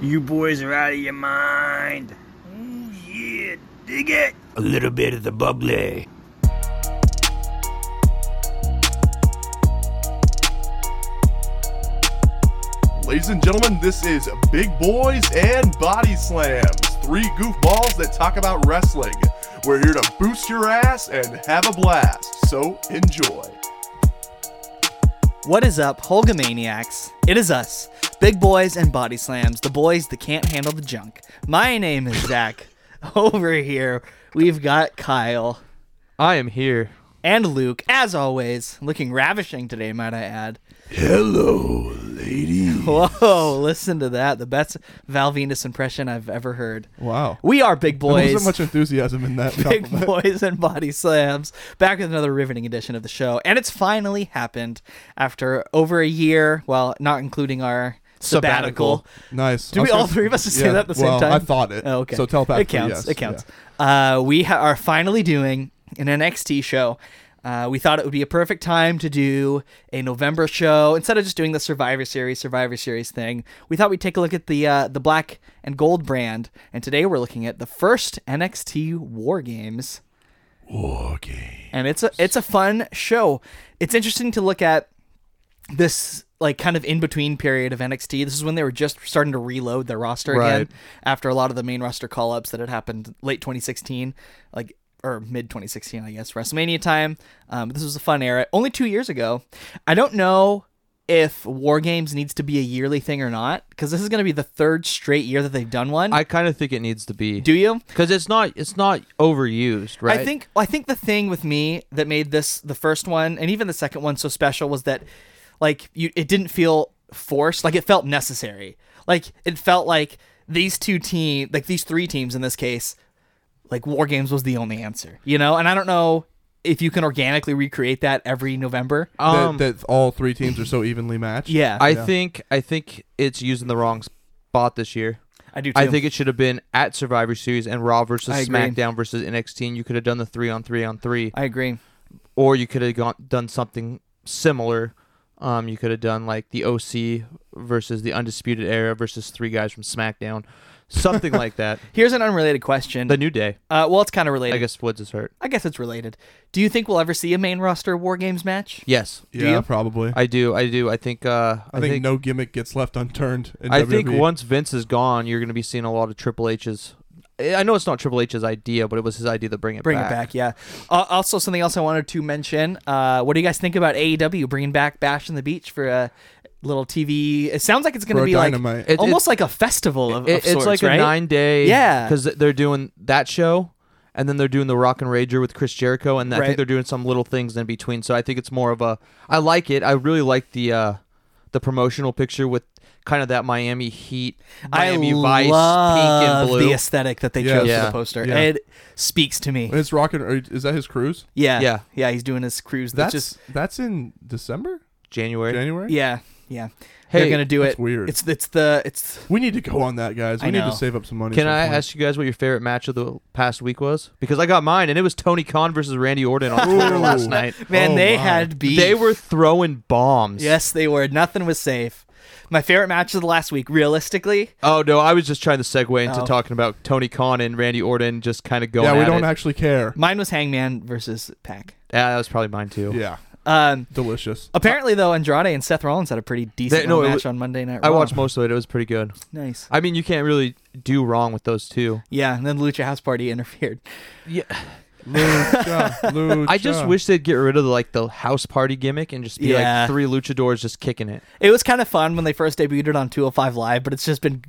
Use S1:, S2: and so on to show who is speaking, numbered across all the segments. S1: You boys are out of your mind. Ooh, yeah, dig it. A little bit of the bubbly.
S2: Ladies and gentlemen, this is Big Boys and Body Slams, three goofballs that talk about wrestling. We're here to boost your ass and have a blast, so enjoy.
S3: What is up, Holgamaniacs? It is us, big boys and body slams, the boys that can't handle the junk. My name is Zach. Over here, we've got Kyle
S4: I am here.
S3: and Luke, as always, looking ravishing today, might I add.
S1: Hello, lady.
S5: Oh,
S3: Whoa, listen to that. The best Val Venus impression I've ever heard.
S4: Wow.
S3: We are big
S4: There
S3: boys.
S4: wasn't much enthusiasm in that
S3: Big
S4: compliment.
S3: Boys and Body Slams. Back with another riveting edition of the show. And it's finally happened after over a year, well, not including our sabbatical.
S4: Sabbatical. Nice.
S3: Do
S4: I
S3: we
S4: was
S3: all
S4: gonna-
S3: three of us just say
S4: yeah,
S3: that at the same
S4: well,
S3: time?
S4: I thought it.
S3: Oh, okay.
S4: So telepathically,
S3: It counts.
S4: yes,
S3: It counts.
S4: yeah.
S3: Uh, we ha- are finally doing an NXT show. Uh, we thought it would be a perfect time to do a November show instead of just doing the Survivor Series, Survivor Series thing. We thought we'd take a look at the uh, the black and gold brand, and today we're looking at the first NXT War Games
S1: Okay.
S3: and it's a it's a fun show. It's interesting to look at this like kind of in between period of NXT. This is when they were just starting to reload their roster
S4: Right.
S3: again after a lot of the main roster call ups that had happened late 2016, like or mid 2016, I guess WrestleMania time. Um, this was a fun era. Only two years ago. I don't know if War Games needs to be a yearly thing or not because this is going to be the third straight year that they've done one.
S4: I kind of think it needs to be.
S3: Do you?
S4: Because it's not it's not overused, right?
S3: I think I think the thing with me that made this the first one and even the second one so special was that like you it didn't feel forced, like it felt necessary. Like it felt like these two team like these three teams in this case, like war games was the only answer. You know, and I don't know if you can organically recreate that every November.
S4: um,
S5: that, that all three teams are so evenly matched.
S3: yeah.
S4: I think I think it's used in the wrong spot this year.
S3: I do too.
S4: I think it should have been at Survivor Series and Raw versus
S3: I agree.
S4: SmackDown versus NXT. And you could have done the three on three on three,
S3: I agree.
S4: or you could have gone, done something similar. Um, you could have done like the OC versus the Undisputed Era versus three guys from SmackDown, something like that.
S3: Here's an unrelated question.
S4: The New Day,
S3: uh, well, it's kind of related.
S4: I guess, Woods is hurt.
S3: I guess it's related. Do you think we'll ever see a main roster war games match?
S4: Yes,
S5: yeah,
S3: you?
S5: probably. I,
S4: I do. I do. I think. Uh, I,
S5: think,
S4: think.
S5: no gimmick gets left unturned. In E
S4: I
S5: WWE.
S4: think once Vince is gone, you're going to be seeing a lot of Triple H's. I I know it's not Triple H's idea, but it was his idea to bring it
S3: Bring
S4: back.
S3: it back, yeah. Uh, also, something else I wanted to mention. Uh, what do you guys think about AEW bringing back Bash on the Beach for a little TV? It sounds like it's going
S5: For
S3: to
S5: a
S3: be
S5: Dynamite.
S3: like
S4: It-
S3: almost like a festival of, of
S4: It-
S3: sorts,
S4: it's like
S3: right?
S4: a nine day.
S3: Yeah.
S4: Because they're doing that show, and then they're doing the Rock and Rager with Chris Jericho, and I
S3: Right.
S4: think they're doing some little things in between. So I think it's more of a. I like it. I really like the uh, the promotional picture with kind of that Miami Heat,
S3: I
S4: Miami Vice, pink
S3: love
S4: and blue.
S3: the aesthetic that they
S5: Yeah.
S3: chose for
S4: Yeah.
S3: the poster.
S5: Yeah.
S3: It speaks to me.
S5: it's rocking. or Is that his cruise?
S3: Yeah,
S4: Yeah.
S3: yeah. He's doing his cruise.
S5: That's
S3: That's just
S5: that's in December,
S4: January.
S5: January.
S3: yeah, yeah. They're
S4: Hey,
S3: gonna do
S5: that's
S3: it.
S5: weird.
S3: It's it's the it's
S5: We need to go on that, guys. We
S3: I
S5: need
S3: know.
S5: to save up some money.
S4: Can
S5: at some
S4: I
S5: point.
S4: ask you guys what your favorite match of the past week was? Because I got mine, and it was Tony Khan versus Randy Orton on Twitter
S5: Ooh.
S4: last night.
S3: man.
S5: Oh,
S3: they
S5: my.
S3: had beef.
S4: They were throwing bombs.
S3: yes, they were. Nothing was safe. My favorite match of the last week, realistically,
S4: Oh no, I was just trying to segue into
S3: Oh.
S4: talking about Tony Khan and Randy Orton just kind of going.
S5: Yeah, we
S4: at
S5: don't
S4: it.
S5: actually care.
S3: mine was Hangman versus Pack.
S4: Yeah, that was probably mine too.
S5: Yeah,
S3: Um,
S5: delicious.
S3: apparently though, Andrade and Seth Rollins had a pretty decent
S4: They- no,
S3: little
S4: it
S3: match
S4: wa-
S3: on Monday Night.
S4: I
S3: Raw.
S4: watched most of it. It was pretty good.
S3: Nice.
S4: I mean, you can't really do wrong with those two.
S3: Yeah, and then Lucha House Party interfered.
S4: Yeah,
S5: Lucha, Lucha.
S4: I just wish they'd get rid of like the house party gimmick and just be
S3: Yeah.
S4: like three luchadors just kicking it.
S3: It was kind of fun when they first debuted it on 205 Live, but it's just been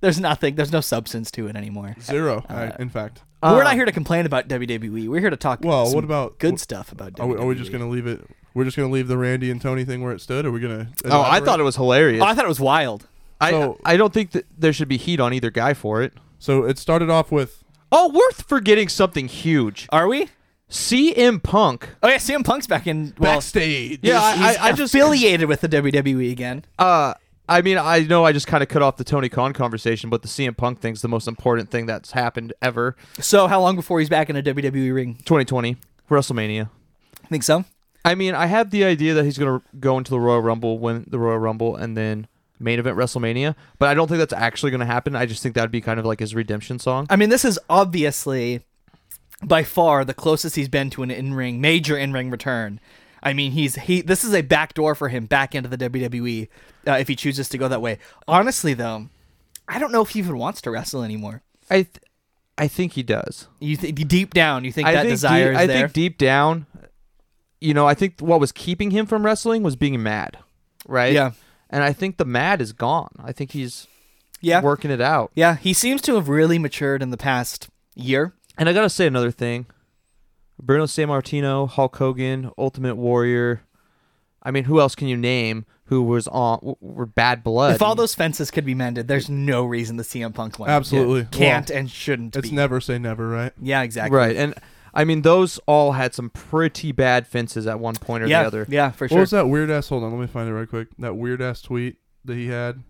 S3: there's nothing, there's no substance to it anymore.
S5: zero. I- in fact,
S3: But we're
S4: Uh,
S3: not here to complain about WWE. We're here to talk.
S5: Well,
S3: some
S5: what about-
S3: good
S5: wh-
S3: stuff about E. WWE?
S5: are we, are we just gonna leave it? We're just gonna leave the Randy and Tony thing where it stood. Or are we gonna?
S4: Oh, I thought it was hilarious.
S3: Oh, I thought it was wild.
S4: I
S5: so-
S4: I don't think that there should be heat on either guy for it.
S5: So it started off with
S4: Oh, we're forgetting something huge.
S3: Are we?
S4: CM Punk.
S3: Oh yeah, CM Punk's back in. Well,
S5: backstage.
S4: Yeah,
S3: he's
S4: I, I, I just
S3: affiliated with the WWE again.
S4: uh I mean, I know I just kind of cut off the Tony Khan conversation, but the CM Punk thing's the most important thing that's happened ever.
S3: So how long before he's back in a WWE ring?
S4: 2020 WrestleMania.
S3: Think so?
S4: I mean, I had the idea that he's gonna go into the Royal Rumble, win the Royal Rumble, and then main event WrestleMania. But I don't think that's actually going to happen. I just think that would be kind of like his redemption song.
S3: I mean, this is obviously by far the closest he's been to an in-ring major in-ring return. I mean, he's he. This is a back door for him back into the WWE uh, if he chooses to go that way. Honestly, though, I don't know if he even wants to wrestle anymore.
S4: I, th- I think he does.
S3: You th- deep down, you think
S4: I
S3: that
S4: think
S3: desire
S4: deep,
S3: is
S4: I
S3: there.
S4: think deep down, you know, I think what was keeping him from wrestling was being mad, right?
S3: Yeah.
S4: And I think the mad is gone. I think he's
S3: yeah,
S4: working it out.
S3: yeah. He seems to have really matured in the past year.
S4: And I gotta say another thing. Bruno Sammartino, Hulk Hogan, Ultimate Warrior. I mean, who else can you name who was on w- were bad blood?
S3: If all those fences could be mended, there's no reason the CM Punk one
S5: Absolutely.
S3: can't
S5: Well,
S3: and shouldn't
S5: it's
S3: be.
S5: never say never, right?
S3: yeah, exactly.
S4: right, and I mean those all had some pretty bad fences at one point or
S3: Yeah,
S4: the other.
S3: yeah, for
S5: What
S3: sure.
S5: was that weird ass? Hold on, let me find it right quick. That weird ass tweet that he had.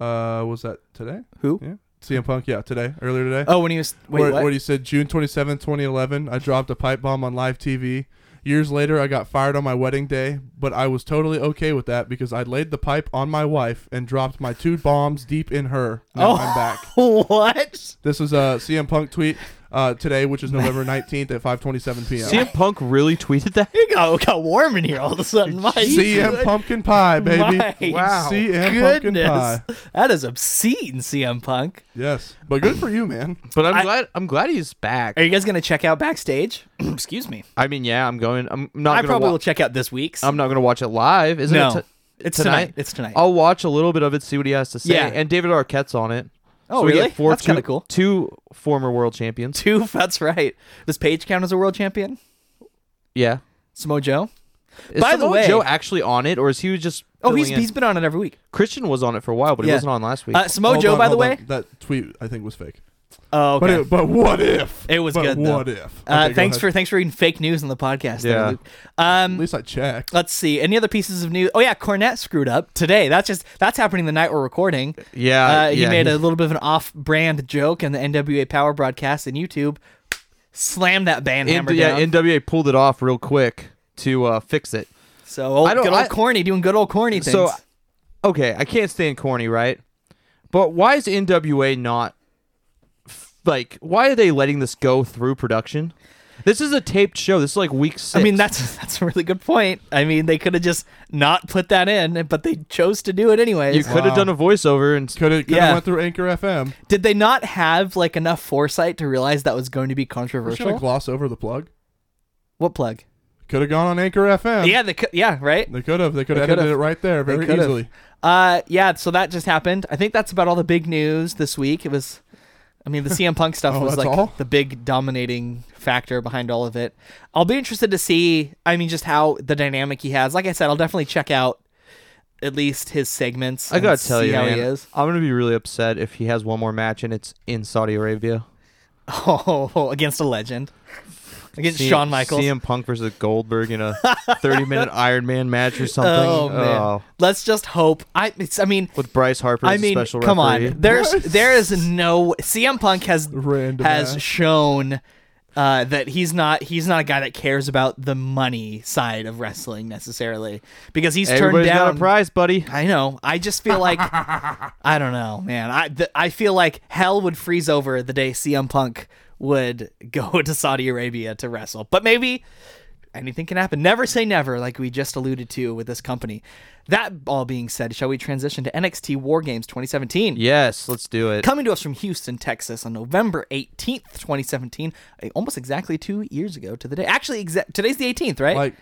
S5: Uh, was that today?
S3: Who?
S5: Yeah, CM Punk. Yeah, today, earlier today.
S3: Oh, when he was wait,
S5: where,
S3: what?
S5: where he said June 27, 2011, I dropped a pipe bomb on live TV. Years later, I got fired on my wedding day, but I was totally okay with that because I laid the pipe on my wife and dropped my two bombs deep in her.
S3: Oh.
S5: Now I'm back.
S3: what?
S5: This is a CM Punk tweet uh, today, which is November 19th at 5:27 p.m.
S4: CM Punk really tweeted that.
S3: It got, it got warm in here all of a sudden. My
S5: CM Pumpkin Pie,
S3: My
S5: baby.
S3: Wow.
S5: CM Pumpkin
S3: goodness,
S5: Pie.
S3: that is obscene, CM Punk.
S5: Yes, but good for you, man.
S4: But I'm
S3: I-
S4: glad I'm glad he's back.
S3: Are you guys gonna check out backstage? Excuse me.
S4: I mean, yeah, I'm going. I'm not.
S3: I
S4: gonna
S3: probably
S4: wa-
S3: will check out this week's.
S4: I'm not gonna watch it live. Isn't
S3: no,
S4: it? t-
S3: it's tonight. It's tonight.
S4: I'll watch a little bit of it, see what he has to say.
S3: Yeah.
S4: And David Arquette's on it.
S3: Oh,
S4: so we get
S3: really?
S4: Four,
S3: That's
S4: two-
S3: kinda cool.
S4: Two former world champions.
S3: Two. That's right. Does Paige count as a world champion?
S4: Yeah.
S3: Samoa Joe.
S4: Is
S3: By the
S4: Samoa
S3: way-
S4: Joe actually on it, or is he just?
S3: Oh, he's,
S4: filling in?
S3: he's been on it every week.
S4: Christian was on it for a while, but he
S3: Yeah.
S4: wasn't on last week.
S3: Uh, Samoa
S5: Hold
S3: Joe,
S5: on,
S3: by the
S5: hold on.
S3: way.
S5: that tweet I think was fake.
S3: Oh, okay.
S5: But it, but what if?
S3: It was
S5: But
S3: good, though.
S5: What if?
S3: uh,
S5: Okay, go
S3: thanks
S5: ahead.
S3: for thanks for reading fake news on the podcast. there,
S4: Yeah.
S3: Luke. Um,
S5: At least I checked.
S3: Let's see. Any other pieces of news? Oh yeah, Cornette screwed up today. That's just that's happening the night we're recording.
S4: Yeah,
S3: uh, he
S4: yeah,
S3: made
S4: he-
S3: a little bit of an off-brand joke in the NWA Power broadcast and YouTube. Slammed that band
S4: N-
S3: hammer
S4: yeah,
S3: down.
S4: NWA pulled it off real quick to uh, fix it.
S3: so old,
S4: I don't-
S3: good old
S4: I-
S3: corny doing good old corny things.
S4: So, okay, I can't stand corny, right? But why is NWA not f- like? Why are they letting this go through production? This is a taped show. This is like week six.
S3: I mean that's that's a really good point. I mean they could have just not put that in, but they chose to do it anyways.
S4: you could have
S5: Wow.
S4: done a voiceover and
S5: Could it could
S3: Yeah.
S5: have went through Anchor FM?
S3: Did they not have like enough foresight to realize that was going to be
S5: Just
S3: controversial?
S5: gonna gloss over the plug.
S3: what plug?
S5: Could have gone on Anchor FM.
S3: yeah, they could, yeah, right.
S5: They could have. They could
S3: They
S5: have edited
S3: could've.
S5: it right there
S3: They
S5: very
S3: could've.
S5: easily.
S3: Uh, yeah. So that just happened. I think that's about all the big news this week. It was, I mean, the CM Punk stuff
S5: Oh,
S3: was
S5: that's
S3: like
S5: all?
S3: the big dominating factor behind all of it. I'll be interested to see. I mean, just how the dynamic he has. Like I said, I'll definitely check out at least his segments.
S4: I
S3: and
S4: gotta tell
S3: see
S4: you,
S3: how
S4: man,
S3: he is.
S4: I'm gonna be really upset if he has one more match and it's in Saudi Arabia.
S3: Oh, against a legend, against
S4: C-
S3: Shawn Michaels.
S4: CM Punk versus Goldberg in a 30 minute Iron Man match or something.
S3: Oh man,
S4: Oh.
S3: let's just hope. I, it's, I mean,
S4: With Bryce Harper as
S3: I
S4: a
S3: mean,
S4: special
S3: come
S4: referee.
S3: on. There's there is no CM Punk has
S5: Random
S3: has
S5: ass.
S3: shown uh, that he's not he's not a guy that cares about the money side of wrestling necessarily because he's
S4: Everybody's
S3: turned down
S4: got a prize, buddy.
S3: I know. I just feel like I don't know, man. I th- I feel like hell would freeze over the day CM Punk would go to Saudi Arabia to wrestle. But maybe anything can happen. Never say never, like we just alluded to with this company. That all being said, shall we transition to NXT War Games 2017?
S4: Yes, let's do it.
S3: Coming to us from Houston, Texas on November 18th, 2017, uh, almost exactly two years ago to the day. Actually, exa- today's the 18th, right?
S5: Like,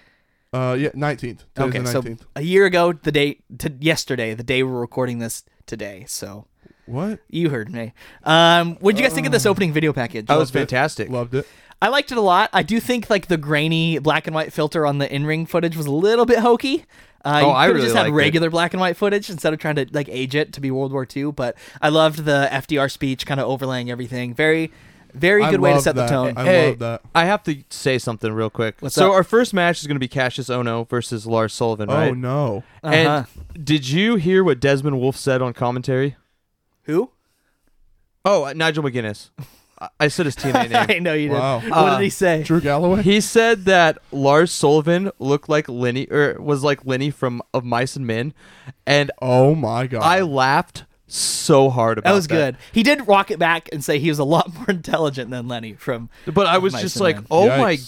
S5: uh, yeah, nineteenth.
S3: okay,
S5: the
S3: so
S5: 19th.
S3: a year ago, the day, to yesterday, the day we're recording this today. So
S5: what?
S3: you heard me. Um, what would you guys think of
S5: Uh,
S3: this opening video package?
S4: that was fantastic.
S5: Loved it.
S3: I liked it a lot. I do think like the grainy black and white filter on the in-ring footage was a little bit hokey. Uh,
S4: Oh,
S3: you
S4: I
S3: could've
S4: really
S3: just had
S4: liked it.
S3: regular black and white footage instead of trying to like age it to be World War II. But I loved the FDR speech, kind of overlaying everything. Very, very
S5: I
S3: good way to
S5: love
S3: set
S5: that.
S3: the tone.
S5: I
S4: Hey,
S5: love that.
S4: I have to say something real quick.
S3: What's
S4: so
S3: up?
S4: our first match is gonna be Cassius Ono versus Lars Sullivan, right?
S5: Oh no.
S3: Uh-huh.
S4: And did you hear what Desmond Wolf said on commentary?
S3: Who?
S4: Oh, uh, Nigel McGuinness. I- I said his TNA name.
S3: I know you did.
S5: Wow.
S3: What did he say?
S5: Drew Galloway.
S4: He said that Lars Sullivan looked like Lenny or was like Lenny from Of Mice and Men, and
S5: oh my god.
S4: I laughed so hard about
S3: that was good. He did rock it back and say he was a lot more intelligent than Lenny from.
S4: But I was
S3: Mice
S4: just
S3: and
S4: like,
S3: Men.
S4: oh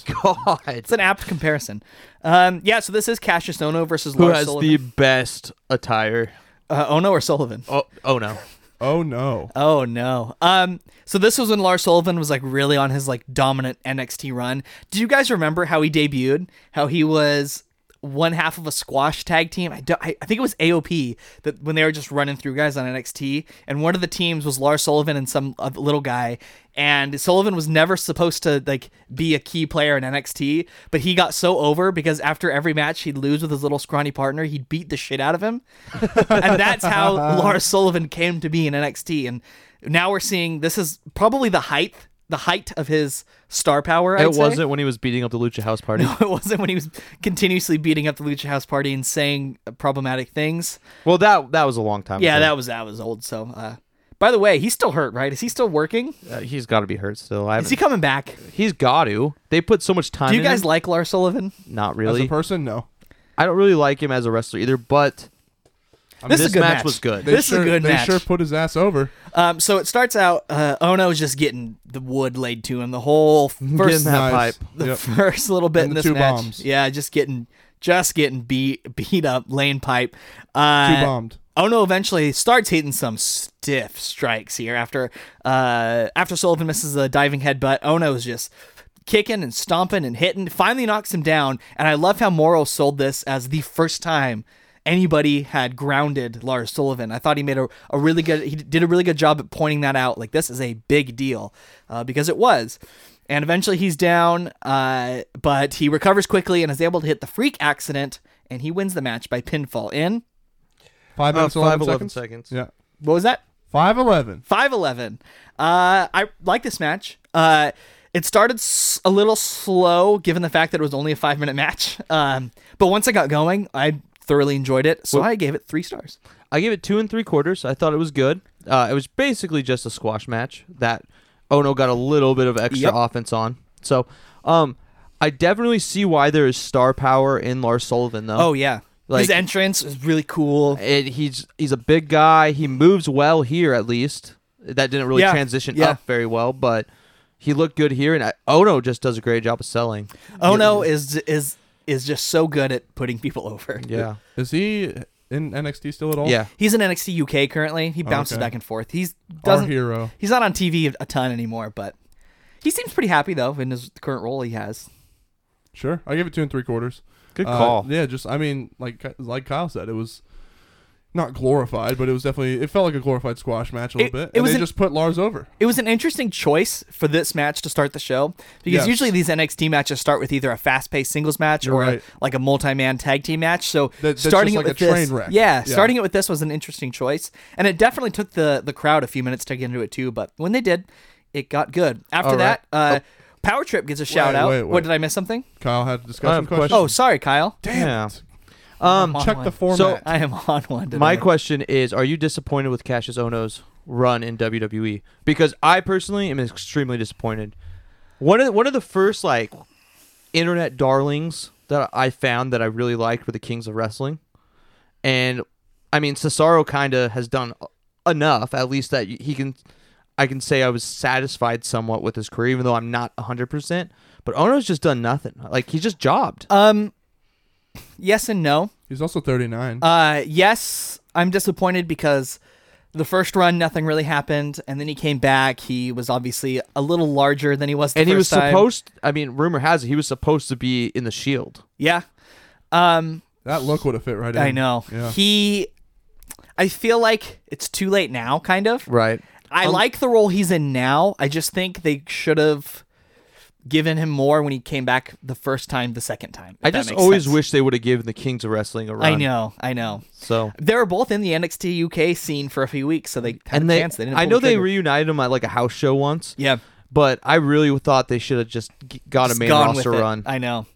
S4: my
S3: It's
S4: god,
S3: an apt comparison. Um, yeah, so this is Cassius Ono versus
S4: who
S3: Lars
S4: has
S3: Sullivan.
S4: the best attire?
S3: uh, Ono or Sullivan?
S4: Oh, oh no,
S5: oh no.
S3: Oh no. Um so this was when Lars Sullivan was like really on his like dominant NXT run. Do you guys remember how he debuted? How he was one half of a squash tag team. I, do, I, I think it was AOP that when they were just running through guys on NXT and one of the teams was Lars Sullivan and some uh, little guy and Sullivan was never supposed to like be a key player in NXT, but he got so over because after every match he'd lose with his little scrawny partner, he'd beat the shit out of him. and that's how Lars Sullivan came to be in NXT. And now we're seeing this is probably the height, the height of his star power. I'd
S4: it
S3: say.
S4: wasn't when he was beating up the Lucha House Party.
S3: It wasn't when he was continuously beating up the Lucha House Party and saying problematic things.
S4: Well, that that was a long time.
S3: Yeah,
S4: ago.
S3: that was that was old. So, uh, by the way, he's still hurt, right? Is he still working?
S4: Uh, he's got to be hurt still. I
S3: Is he
S4: haven't-
S3: coming back?
S4: he's got to. They put so much time.
S3: Do you
S4: in
S3: guys
S4: him.
S3: like Lars Sullivan?
S4: Not
S5: As
S4: really.
S5: a person, no.
S4: I don't really like him as a wrestler either. But um,
S3: this, is a
S4: this
S3: good
S4: match was good.
S5: They
S3: this
S5: sure,
S3: is a good
S5: They
S3: match.
S5: sure put his ass over.
S3: Um, so it starts out uh, Ono's just getting the wood laid to him the whole first
S4: Getting
S5: Nice.
S4: that pipe.
S3: the
S5: Yep.
S3: first little bit
S5: And
S3: in
S5: the
S3: this
S5: two
S3: match.
S5: bombs.
S3: Yeah, just getting just getting beat beat up, laying pipe. Uh,
S5: Two bombed.
S3: Ono eventually starts hitting some stiff strikes here after uh, after Sullivan misses a diving headbutt. Oh, Ono's just kicking and stomping and hitting. Finally knocks him down, and I love how Moro sold this as the first time anybody had grounded Lars Sullivan. I thought he made a, a really good he did a really good job at pointing that out. Like this is a big deal uh, because it was. And eventually he's down, uh, but he recovers quickly and is able to hit the freak accident, and he wins the match by pinfall in
S5: Five
S4: Uh,
S5: minutes, eleven,
S4: five, 11 seconds.
S5: Yeah,
S3: what was that?
S5: five eleven.
S3: 5'11. Uh, I like this match. Uh, it started s- a little slow given the fact that it was only a five minute match. Um, but once I got going, I thoroughly enjoyed it. So I gave it three stars.
S4: I gave it two and three quarters. I thought it was good. Uh, it was basically just a squash match that Ono got a little bit of extra
S3: Yep.
S4: offense on. So, um, I definitely see why there is star power in Lars Sullivan though.
S3: Oh, yeah.
S4: Like-
S3: His entrance is really cool.
S4: it, he's he's a big guy. He moves well here at least. That didn't really
S3: Yeah,
S4: transition
S3: yeah.
S4: up very well, but he looked good here. And I, Ono just does a great job of selling.
S3: Ono Oh, is is is just so good at putting people over.
S4: Yeah,
S5: Is he in NXT still at all?
S4: yeah.
S3: He's in NXT UK currently. He bounces
S5: okay.
S3: back and forth. He's
S5: our
S3: doesn't
S5: hero.
S3: he's not on TV a ton anymore, but he seems pretty happy though in his current role he has.
S5: Sure, I give it two and three quarters.
S4: Good
S5: Uh,
S4: call.
S5: yeah, just I mean, like like Kyle said, it was not glorified, but it was definitely it felt like a glorified squash match a little
S3: It-
S5: bit.
S3: it
S5: and
S3: was
S5: they
S3: an-
S5: just put Lars over.
S3: It was an interesting choice for this match to start the show because
S5: Yes.
S3: usually these NXT matches start with either a fast-paced singles match
S5: You're
S3: or
S5: right.
S3: a, like a multi-man tag team match. So
S5: that's
S3: starting
S5: just
S3: it
S5: like
S3: with
S5: a train
S3: this,
S5: wreck.
S3: Yeah,
S5: Yeah.
S3: starting it with this was an interesting choice, and it definitely took the the crowd a few minutes to get into it too. But when they did, it got good. After
S4: All right.
S3: that, uh, Power Trip gets a shout out.
S5: Oh. wait, wait.
S3: What did I miss something?
S5: Kyle had a discussion
S4: I have a
S5: question.
S3: Oh, sorry, Kyle.
S4: yeah.
S3: Um,
S5: check the format.
S4: So-
S3: I am on one. Today.
S4: My question is: Are you disappointed with Cassius Ohno's run in WWE? Because I personally am extremely disappointed. One of the, one of the first like internet darlings that I found that I really liked were the Kings of Wrestling, and I mean Cesaro kind of has done enough, at least that he can. I can say I was satisfied somewhat with his career, even though I'm not 100%. But Ono's just done nothing. Like, he's just jobbed.
S3: Um, yes and no.
S5: He's also thirty nine.
S3: Uh, yes, I'm disappointed because the first run nothing really happened, and then he came back. He was obviously a little larger than he was. The
S4: and he was
S3: first time.
S4: supposed, I mean, rumor has it, he was supposed to be in the Shield.
S3: yeah. Um,
S5: that look would have fit right in.
S3: I know.
S5: Yeah.
S3: He, I feel like it's too late now, kind of.
S4: Right. Um,
S3: I like the role he's in now. I just think they should have given him more when he came back the first time, the second time. if
S4: I
S3: that
S4: just
S3: makes
S4: always
S3: sense.
S4: wish they would have given the Kings of Wrestling a
S3: I
S4: run.
S3: know. I know.
S4: So
S3: They were both in the NXT UK scene for a few weeks, so they had
S4: and
S3: a
S4: they,
S3: chance. They didn't
S4: I
S3: pull
S4: know
S3: the
S4: they
S3: trigger.
S4: reunited them at like a house show once.
S3: yeah.
S4: But I really thought they should have just g- got
S3: Just
S4: a main
S3: gone
S4: roster
S3: with it.
S4: run.
S3: I know.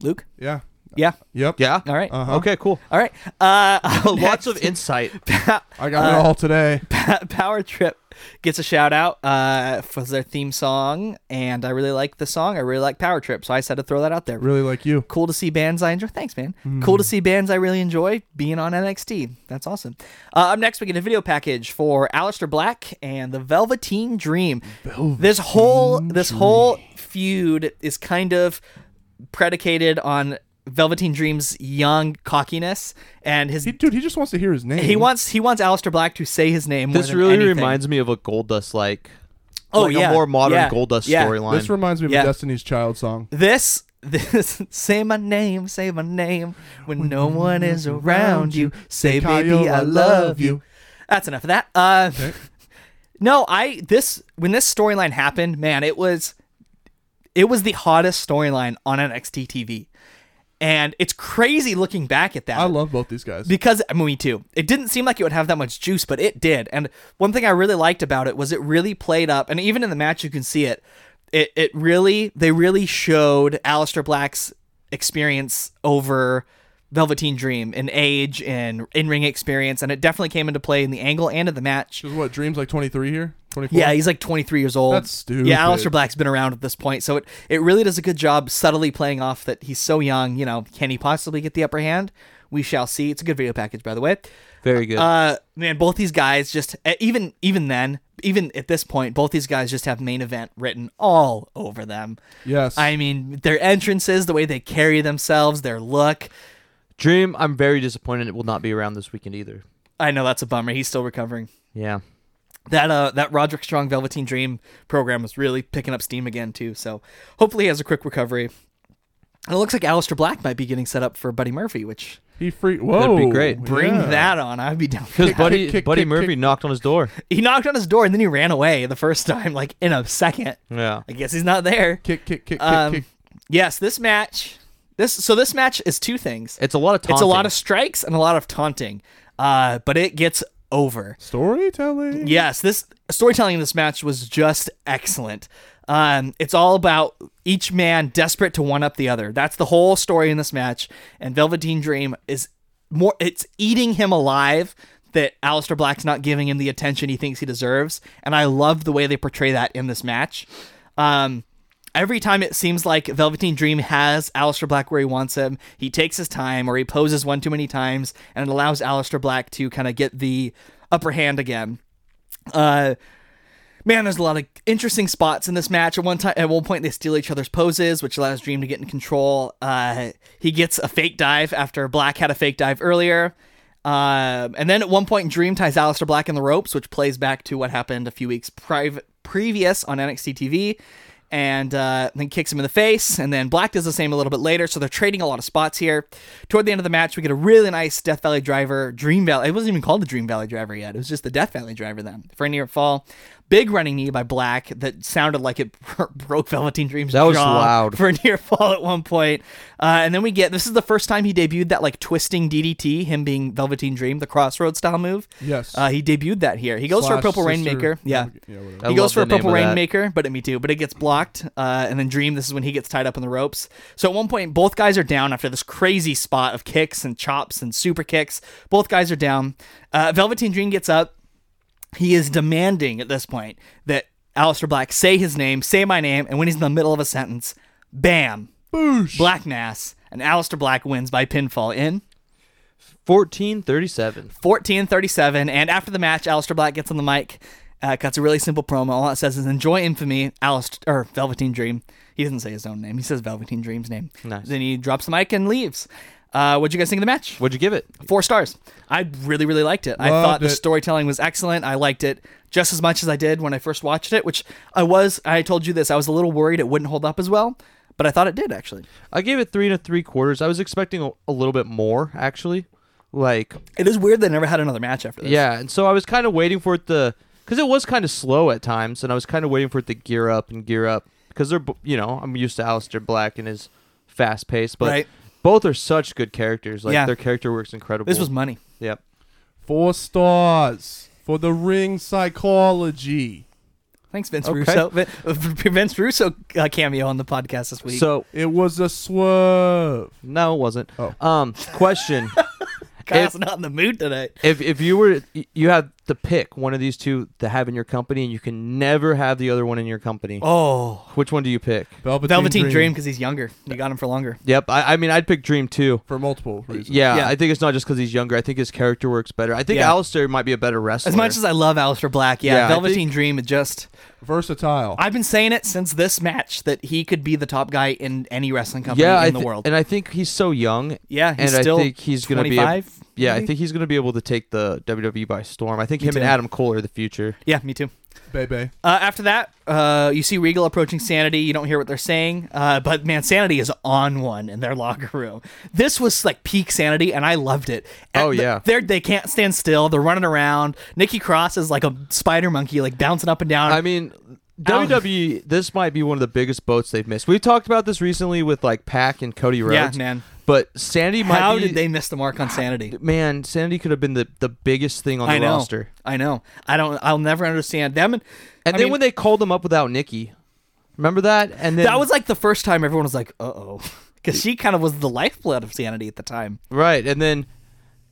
S3: Luke?
S5: Yeah.
S3: Yeah.
S5: Yep.
S4: yeah.
S3: All right.
S5: Uh-huh.
S4: Okay. Cool.
S3: All right. Uh,
S4: Lots of insight.
S5: I got it all today.
S3: power trip gets a shout out uh, for their theme song, and I really like the song. I really like Power Trip, so I just had to throw that out there.
S5: Really like you.
S3: Cool to see bands I enjoy. Thanks, man.
S4: Hmm.
S3: Cool to see bands I really enjoy being on NXT. That's awesome. Uh, up next, we get a video package for Aleister Black and the Velveteen Dream. this whole this whole feud is kind of predicated on Velveteen Dream's young cockiness and his.
S5: He,
S3: He,
S5: dude, he just wants to hear his name.
S3: wants he wants Aleister Black to say his name. more
S4: This
S3: than
S4: really
S3: anything.
S4: reminds me of a Goldust like.
S3: Oh,
S4: like
S3: yeah,
S4: a more modern
S3: yeah,
S4: Goldust
S3: yeah.
S4: storyline.
S5: This reminds me of
S3: Yeah.
S5: a Destiny's Child song.
S3: This this say my name, say my name when, no one is around you. Say
S5: Kyle,
S3: baby I love you. That's enough of that. Uh No, I this when this storyline happened, man, it was it was the hottest storyline on NXT TV. And it's crazy looking back at that.
S5: I love both these guys.
S3: Because I mean, me too. It didn't seem like it would have that much juice, but it did. And one thing I really liked about it was it really played up, and even in the match you can see it. It it really they really showed Aleister Black's experience over Velveteen Dream in age and in ring experience, and it definitely came into play in the angle and in the match.
S5: Is what Dream's like 23 here? 24?
S3: Yeah, he's like 23 years old.
S5: That's stupid.
S3: Yeah, Aleister Black's been around at this point, so it, it really does a good job subtly playing off that he's so young. You know, can he possibly get the upper hand? We shall see. It's a good video package, by the way.
S4: Very good.
S3: Uh, man, both these guys just e- even even then, even at this point, both these guys just have main event written all over them.
S5: Yes.
S3: I mean, their entrances, the way they carry themselves, their look.
S4: Dream, I'm very disappointed it will not be around this weekend either.
S3: I know that's a bummer. He's still recovering.
S4: Yeah.
S3: that uh that Roderick Strong Velveteen Dream program was really picking up steam again too. So hopefully he has a quick recovery. And it looks like Aleister Black might be getting set up for Buddy Murphy, which
S5: He free. Whoa.
S4: great.
S3: bring
S5: yeah.
S3: that on. I'd be down.
S4: Because Buddy
S5: kick, kick,
S4: Buddy
S5: kick,
S4: Murphy
S5: kick.
S4: knocked on his door.
S3: He knocked on his door and then he ran away the first time, like in a second.
S4: Yeah.
S3: I guess he's not there.
S5: Kick, kick, kick,
S3: Um,
S5: kick, kick.
S3: Yes, this match. This so this match is two things.
S4: It's a lot of taunting.
S3: It's a lot of strikes and a lot of taunting, uh, but it gets over.
S5: Storytelling.
S3: Mm-hmm. Yes, this storytelling in this match was just excellent. Um, it's all about each man desperate to one up the other. That's the whole story in this match. And Velveteen Dream is more, it's eating him alive that Aleister Black's not giving him the attention he thinks he deserves. And I love the way they portray that in this match. Um, every time it seems like Velveteen Dream has Aleister Black where he wants him, he takes his time or he poses one too many times and it allows Aleister Black to kind of get the upper hand again uh man there's a lot of interesting spots in this match at one time at one point they steal each other's poses which allows dream to get in control uh he gets a fake dive after black had a fake dive earlier um, and then at one point dream ties Aleister black in the ropes which plays back to what happened a few weeks priv- previous on nxt tv and uh, then kicks him in the face and then black does the same a little bit later so they're trading a lot of spots here toward the end of the match we get a really nice death valley driver dream valley it wasn't even called the dream valley driver yet it was just the death valley driver then for a near fall big running knee by black that sounded like it broke velveteen dreams
S4: That was
S3: jaw
S4: loud.
S3: for a near fall at one point. Uh, and then we get this is the first time he debuted that like twisting DDT, him being Velveteen Dream, the crossroads style move.
S5: Yes.
S3: Uh, he debuted that here. He goes for a
S5: Slash
S3: purple
S5: sister-
S3: rainmaker. Yeah.
S5: yeah whatever. Uh,
S3: he
S4: I love
S3: goes for
S4: the
S3: a purple
S4: name of that.
S3: rainmaker, but it me too. But it gets blocked, uh, and then Dream. This is when he gets tied up in the ropes. So at one point, both guys are down after this crazy spot of kicks and chops and super kicks. Both guys are down. Uh, Velveteen Dream gets up he is demanding at this point that Aleister Black say his name, say my name, and when he's in the middle of a sentence, bam,
S5: Boosh.
S3: Black Mass, and Aleister Black wins by pinfall in
S4: 1437.
S3: 14:37. And after the match, Aleister Black gets on the mic, uh, cuts a really simple promo. All it says is "Enjoy Infamy," Aleister or Velveteen Dream. He doesn't say his own name. He says Velveteen Dream's name.
S4: Nice.
S3: Then he drops the mic and leaves. Uh, what'd you guys think of the match?
S4: What'd you give it?
S3: Four stars. I really, really liked it. I
S5: Loved
S3: thought the
S5: it.
S3: storytelling was excellent. I liked it just as much as I did when I first watched it, which I was. I told you this. I was a little worried it wouldn't hold up as well, but I thought it did actually.
S4: I gave it three and a three quarters. I was expecting a, a little bit more, actually. Like,
S3: It is weird they never had another match after this.
S4: yeah. And so I was kind of waiting for it to, because it was kind of slow at times, and I was kind of waiting for it to gear up and gear up. Because they're, bo- you know, I'm used to Alistair Black and his fast pace, but
S3: Right.
S4: both are such good characters. Like,
S3: Yeah.
S4: their character work's incredible.
S3: This was money.
S4: Yep.
S5: Four stars for the ring psychology.
S3: Thanks, Vince
S4: Okay.
S3: Russo. Vin- Vince Russo uh, cameo on the podcast this week.
S4: So
S5: It was a swerve.
S4: No, it wasn't.
S5: Oh.
S4: Um, question:
S3: Kyle's
S4: if-
S3: not in the mood today.
S4: If if you were you had to pick one of these two to have in your company, and you can never have the other one in your company.
S3: Oh,
S4: Which one do you pick?
S5: Velveteen,
S3: Velveteen
S5: Dream,
S3: Dream because he's younger. You got him for longer.
S4: Yep. I, I mean, I'd pick Dream too.
S5: for multiple reasons.
S4: Yeah,
S3: Yeah.
S4: I think it's not just because he's younger. I think his character works better. I think
S3: Yeah.
S4: Alistair might be a better wrestler.
S3: As much as I love Alistair Black, yeah,
S4: Yeah, I
S3: Velveteen
S4: think-
S3: Dream is just.
S5: versatile.
S3: I've been saying it since this match that he could be the top guy in any wrestling company
S4: yeah,
S3: in
S4: I
S3: the
S4: thi-
S3: world.
S4: and I think he's so young.
S3: Yeah, he's
S4: and
S3: still
S4: I think he's gonna be. ab-
S3: 25,
S4: yeah,
S3: maybe?
S4: I think he's gonna be able to take the WWE by storm. I think him
S3: too.
S4: and Adam Cole are the future.
S3: yeah, me too.
S5: Bebe.
S3: Uh, after that, uh, you see Regal approaching Sanity. You don't hear what they're saying, uh, but man, Sanity is on one in their locker room. This was like peak Sanity, and I loved it. And
S4: Oh,
S3: the-
S4: yeah.
S3: they're they can't stand still. They're running around. Nikki Cross is like a spider monkey, like bouncing up and down.
S4: I mean, WWE. This might be one of the biggest boats they've missed. We've talked about this recently with like Pac and Cody
S3: Yeah,
S4: Rhodes.
S3: man.
S4: But Sandy might.
S3: How
S4: be,
S3: did they miss the mark on Sanity?
S4: Man, Sandy could have been the, the biggest thing on the
S3: I know.
S4: roster.
S3: I know. I don't. I'll never understand them. And,
S4: And
S3: I
S4: then
S3: mean,
S4: when they called him up without Nikki, remember that? And then
S3: that was like the first time everyone was like, "Uh oh," because she kind of was the lifeblood of Sanity at the time.
S4: right, and then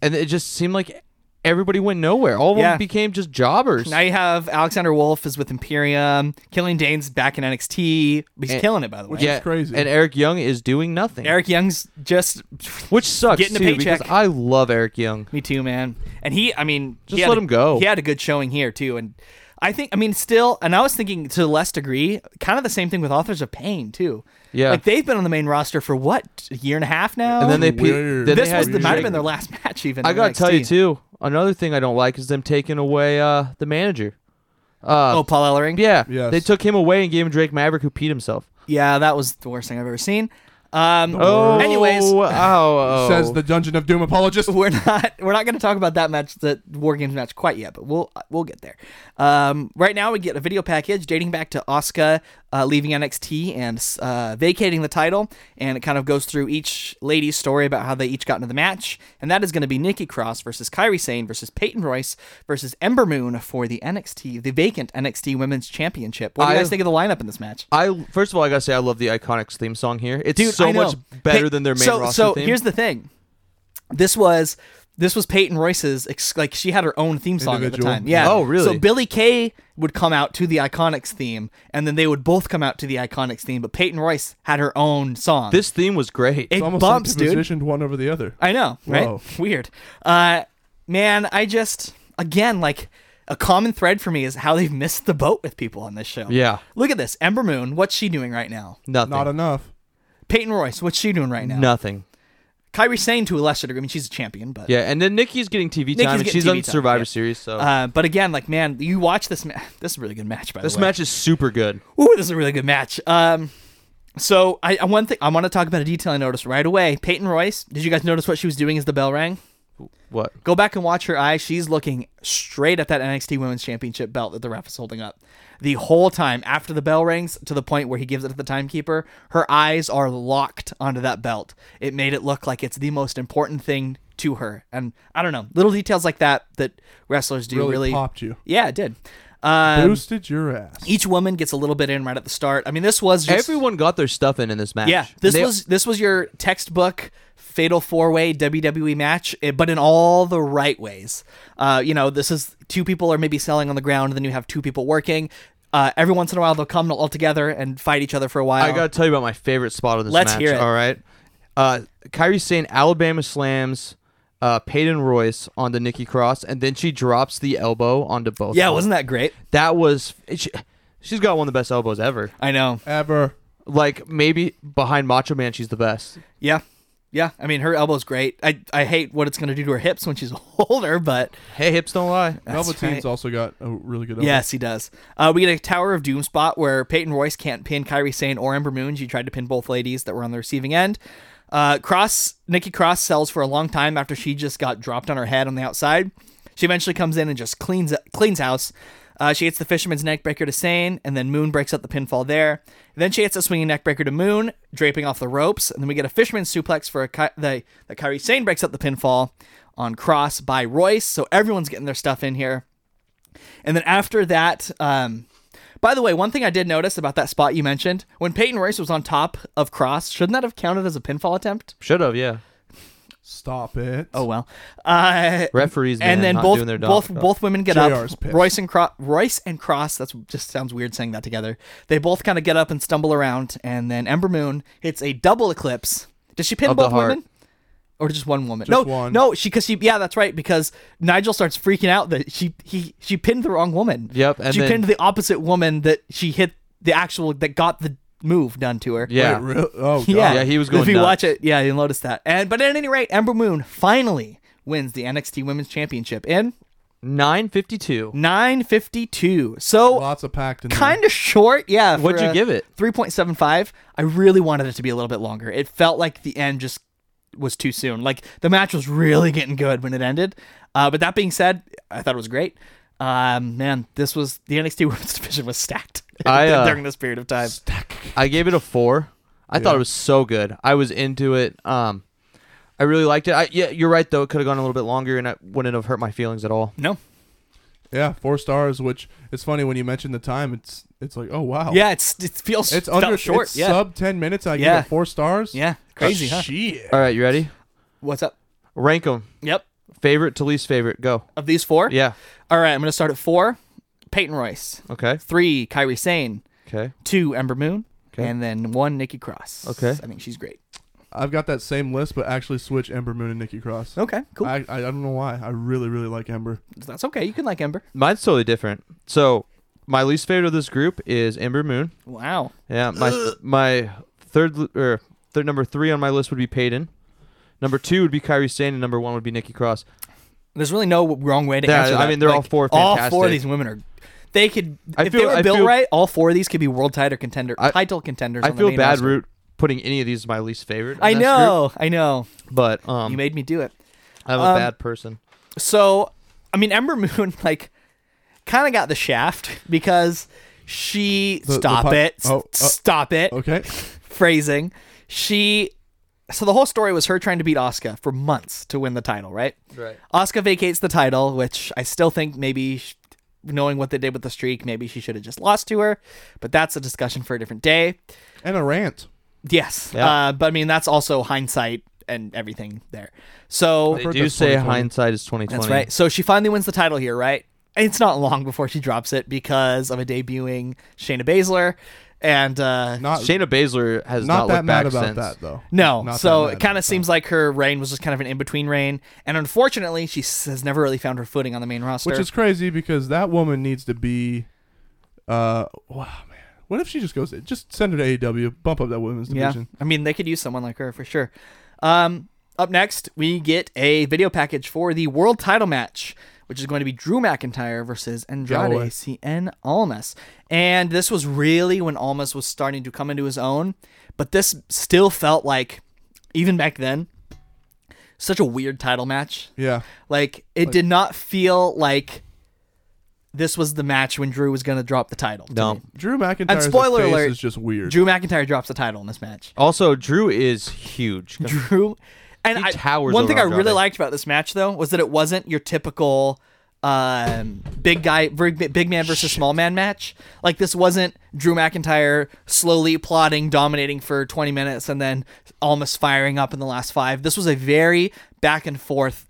S4: and it just seemed like everybody went nowhere. All of
S3: Yeah.
S4: them became just jobbers.
S3: Now you have Alexander Wolf is with Imperium. Killing Dane's back in NXT. He's
S4: And-
S3: killing it by the way.
S4: yeah,
S5: is crazy.
S4: And Eric Young is doing nothing.
S3: Eric Young's just
S4: which sucks
S3: getting a
S4: too, because
S3: paycheck.
S4: I love Eric Young.
S3: me too, man. And he, I mean, he
S4: Just
S3: had
S4: let
S3: a-
S4: him go.
S3: He had a good showing here too, and I think, I mean, still, and I was thinking to less degree, kind of the same thing with Authors of Pain too.
S4: Yeah.
S3: like they've been on the main roster for what a year and a half now,
S4: And then they pe-
S5: Weird.
S4: then
S3: this
S4: they
S3: was
S4: had
S3: the, might have
S4: Jake-
S3: been their last match even.
S4: I
S3: in
S4: gotta tell you
S3: NXT.
S4: too. Another thing I don't like is them taking away uh, the manager. Uh,
S3: Oh, Paul Ellering.
S4: yeah,
S5: Yes.
S4: they took him away and gave him Drake Maverick, who peed himself.
S3: yeah, that was the worst thing I've ever seen. Um,
S4: Oh,
S3: anyways,
S4: oh, oh.
S5: Says the Dungeon of Doom apologist.
S3: we're not we're not going to talk about that match, the War Games match, quite yet, but we'll we'll get there. Um, right now, we get a video package dating back to Oscar uh, leaving NXT and uh, vacating the title, and it kind of goes through each lady's story about how they each got into the match, and that is going to be Nikki Cross versus Kyrie Sane versus Peyton Royce versus Ember Moon for the NXT, the vacant NXT Women's Championship. What do you
S4: I-
S3: guys think of the lineup in this match?
S4: I first of all, I gotta say, I love the Iconics theme song here. It's
S3: Dude,
S4: so
S3: I know.
S4: much better
S3: Pey-
S4: than their main
S3: so,
S4: roster
S3: So
S4: theme.
S3: here's the thing. This was this was Peyton Royce's ex- like she had her own theme song
S5: Individual.
S3: at the time. Yeah.
S4: Oh, really?
S3: So Billy Kay would come out to the Iconics theme, and then they would both come out to the Iconics theme. But Peyton Royce had her own song.
S4: this theme was great.
S3: it
S5: It's almost
S3: bumps,
S5: like they
S3: dude.
S5: positioned one over the other.
S3: I know, right?
S5: Whoa.
S3: Weird. Uh, man, I just again like a common thread for me is how they've missed the boat with people on this show.
S4: Yeah.
S3: Look at this, Ember Moon. What's she doing right now?
S4: nothing.
S5: Not enough.
S3: Peyton Royce. What's she doing right now?
S4: nothing.
S3: Kyrie Sane to a lesser degree. I mean, she's a champion, but
S4: Yeah, and then Nikki's getting TV time.
S3: getting
S4: and she's
S3: TV
S4: on
S3: time,
S4: Survivor
S3: yeah.
S4: Series, so
S3: Uh, but again, like man, you watch this. Ma- this is a really good match, by
S4: this
S3: the way.
S4: match is super good.
S3: Ooh, this is a really good match. Um, so I, I one thing I want to talk about a detail I noticed right away. Peyton Royce. Did you guys notice what she was doing as the bell rang?
S4: What?
S3: Go back and watch her eyes. She's looking straight at that NXT Women's Championship belt that the ref is holding up. The whole time after the bell rings to the point where he gives it to the timekeeper, her eyes are locked onto that belt. It made it look like it's the most important thing to her. And I don't know, little details like that that wrestlers do
S5: Really,
S3: really,
S5: popped you.
S3: Yeah, it did. Um, e
S5: Boosted your ass.
S3: each woman gets a little bit in right at the start. I mean, this was just
S4: Everyone got their stuff in in this match.
S3: yeah. This
S4: They-
S3: was this was your textbook fatal four way WWE match, eh, but in all the right ways. Uh, you know, this is two people are maybe selling on the ground, and then you have two people working. Uh, every once in a while, they'll come all together and fight each other for a while.
S4: I gotta tell you about my favorite spot on this
S3: Let's
S4: match.
S3: hear it.
S4: All right, uh, Kyrie Sane Alabama slams uh, Peyton Royce onto Nikki Cross, and then she drops the elbow onto both.
S3: yeah,
S4: of them.
S3: wasn't that great?
S4: that was it, she, she's got one of the best elbows ever.
S3: I know.
S5: Ever.
S4: Like maybe behind Macho Man, she's the best.
S3: Yeah, yeah. I mean, her elbow's great. I I hate what it's gonna do to her hips when she's older, but
S4: Hey, hips don't lie.
S3: That's
S5: Velveteen's
S3: right.
S5: also got a really good. elbow.
S3: Yes, he does. Uh, we get a Tower of Doom spot where Peyton Royce can't pin Kyrie Sane or Ember Moon. She tried to pin both ladies that were on the receiving end. Uh, Cross Nikki Cross sells for a long time after she just got dropped on her head on the outside. She eventually comes in and just cleans cleans house. Uh, she hits the fisherman's neckbreaker to Sane, and then Moon breaks up the pinfall there. then she hits a swinging neckbreaker to Moon, draping off the ropes. And then we get a fisherman's suplex for a Ky- the, the Kyrie Sane breaks up the pinfall on Cross by Royce. So everyone's getting their stuff in here. And then after that, um, by the way, one thing I did notice about that spot you mentioned when Peyton Royce was on top of Cross, shouldn't that have counted as a pinfall attempt?
S4: Should have, yeah.
S5: Stop it.
S3: Oh well. Uh,
S4: Referees, man,
S3: and then
S4: not
S3: both
S4: doing their dog-
S3: both
S4: dog.
S3: both women get
S5: JR's
S3: up.
S5: pissed.
S3: Royce and Cro- Royce and Cross. That's just sounds weird saying that together. They both kind of get up and stumble around, and then Ember Moon hits a double eclipse. Did she pin
S4: Of the
S3: both
S4: heart.
S3: women? Or just one woman?
S5: Just
S3: no,
S5: one.
S3: no, she because she yeah, that's right. Because Nigel starts freaking out that she he she pinned the wrong woman.
S4: Yep, and
S3: she
S4: then-
S3: pinned the opposite woman that she hit the actual that got the move done to her.
S4: Yeah.
S5: Wait, real- Oh, God.
S3: Yeah,
S4: Yeah, he was going
S3: If you
S4: nuts.
S3: watch it, yeah, you'll notice that. And but at any rate, Ember Moon finally wins the NXT Women's Championship in
S4: 952.
S3: 9:52. So
S5: Lots of packed in there.
S3: kind of short, yeah. for
S4: What'd you
S3: a
S4: give it?
S3: 3.75. I really wanted it to be a little bit longer. It felt like the end just was too soon. Like the match was really getting good when it ended. Uh, but that being said, I thought it was great. Um, man, this was the NXT Women's Division was stacked
S4: I, uh,
S3: during this period of time.
S4: I gave it a four. I thought it was so good. I was into it. Um, I really liked it. I, yeah, you're right though. It could have gone a little bit longer, and it wouldn't have hurt my feelings at all.
S3: No,
S5: Yeah, four stars. Which it's funny when you mention the time. It's it's like oh wow.
S3: yeah, it's it feels
S5: It's
S3: felt
S5: under
S3: short.
S5: It's
S3: yeah,
S5: sub ten minutes. I
S3: Yeah.
S5: give it four stars.
S3: yeah, crazy, huh?
S5: Shit.
S4: All right, you ready?
S3: What's up?
S4: Rank them
S3: Yep.
S4: favorite to least favorite. Go.
S3: Of these four?
S4: Yeah.
S3: All right, I'm going to start at four Peyton Royce,
S4: Okay.
S3: three Kyrie Sane,
S4: Okay.
S3: two Ember Moon,
S4: Okay.
S3: and then one Nikki Cross.
S4: Okay.
S3: I think she's great.
S5: I've got that same list, but actually switch Ember Moon and Nikki Cross.
S3: Okay, Oh, cool.
S5: I, I I don't know why. I really really like Ember.
S3: Uh, That's okay. You can like Ember.
S4: Mine's totally different. So my least favorite of this group is Ember Moon.
S3: Wow.
S4: Yeah, my my third l- or third number three on my list would be Payton. Number two would be Kyrie Sane, and number one would be Nikki Cross.
S3: There's really no wrong way to
S4: Yeah,
S3: answer
S4: I
S3: that.
S4: mean, they're all four
S3: All four of
S4: fantastic.
S3: these women are. They could,
S4: I
S3: if they
S4: feel-
S3: were
S4: I
S3: built
S4: feel-
S3: right, all four of these could be world title contender,
S4: I-
S3: title contenders.
S4: I
S3: on the
S4: feel
S3: main
S4: bad
S3: roster.
S4: root putting any of these as my least favorite. in
S3: I
S4: this
S3: know, I know.
S4: group, but um,
S3: You made me do it.
S4: I'm a
S3: um,
S4: bad person.
S3: So, I mean, Ember Moon like kind of got the shaft because she
S5: The- the
S3: stop
S5: pi-
S3: it, s-
S5: oh, uh,
S3: stop it,
S5: Okay.
S3: phrasing. She so the whole story was her trying to beat Asuka for months to win the title, right?
S4: Right.
S3: Asuka vacates the title, which I still think maybe sh- knowing what they did with the streak, maybe she should have just lost to her, but that's a discussion for a different day.
S5: And a rant.
S3: Yes.
S4: Yeah.
S3: Uh, but I mean, that's also hindsight and everything there. So
S4: They
S5: heard
S4: do
S5: that's
S4: say
S5: 2020.
S4: hindsight is 2020.
S3: that's right. So she finally wins the title here, right? It's not long before she drops it because of a debuting Shayna Baszler, and uh,
S5: Not
S4: Shayna Baszler has
S5: not
S4: not,
S5: that
S4: looked
S5: mad
S4: back
S5: about
S4: since.
S5: that though.
S3: no,
S5: Not
S3: so
S5: that uh,
S3: it
S5: mad
S3: kind
S5: about
S3: of seems like her reign was just kind of an in between reign, and unfortunately, she s- has never really found her footing on the main roster.
S5: Which is crazy because that woman needs to be. Uh, wow, man. What if she just goes? Just send her to AEW. Bump up that women's
S3: yeah,
S5: division.
S3: I mean, they could use someone like her for sure. Um, up next, we get a video package for the world title match, which is going to be Drew McIntyre versus Andrade
S5: Galloway.
S3: CN Almas. And this was really when Almas was starting to come into his own, but this still felt like, even back then, such a weird title match.
S5: Yeah.
S3: Like it did not feel like this was the match when Drew was going to drop the title. to
S4: No.
S3: me.
S5: Drew McIntyre's
S3: spoiler
S5: face
S3: alert,
S5: is just weird.
S3: Drew McIntyre drops the title in this match.
S4: Also, Drew is huge.
S3: Drew and
S4: He
S3: I,
S4: towers
S3: one
S4: over
S3: thing I really
S4: Andrade.
S3: liked about this match though was that it wasn't your typical um, big guy big big man versus small man match. Like this wasn't Drew McIntyre slowly plotting dominating for 20 minutes and then almost firing up in the last 5. This was a very back and forth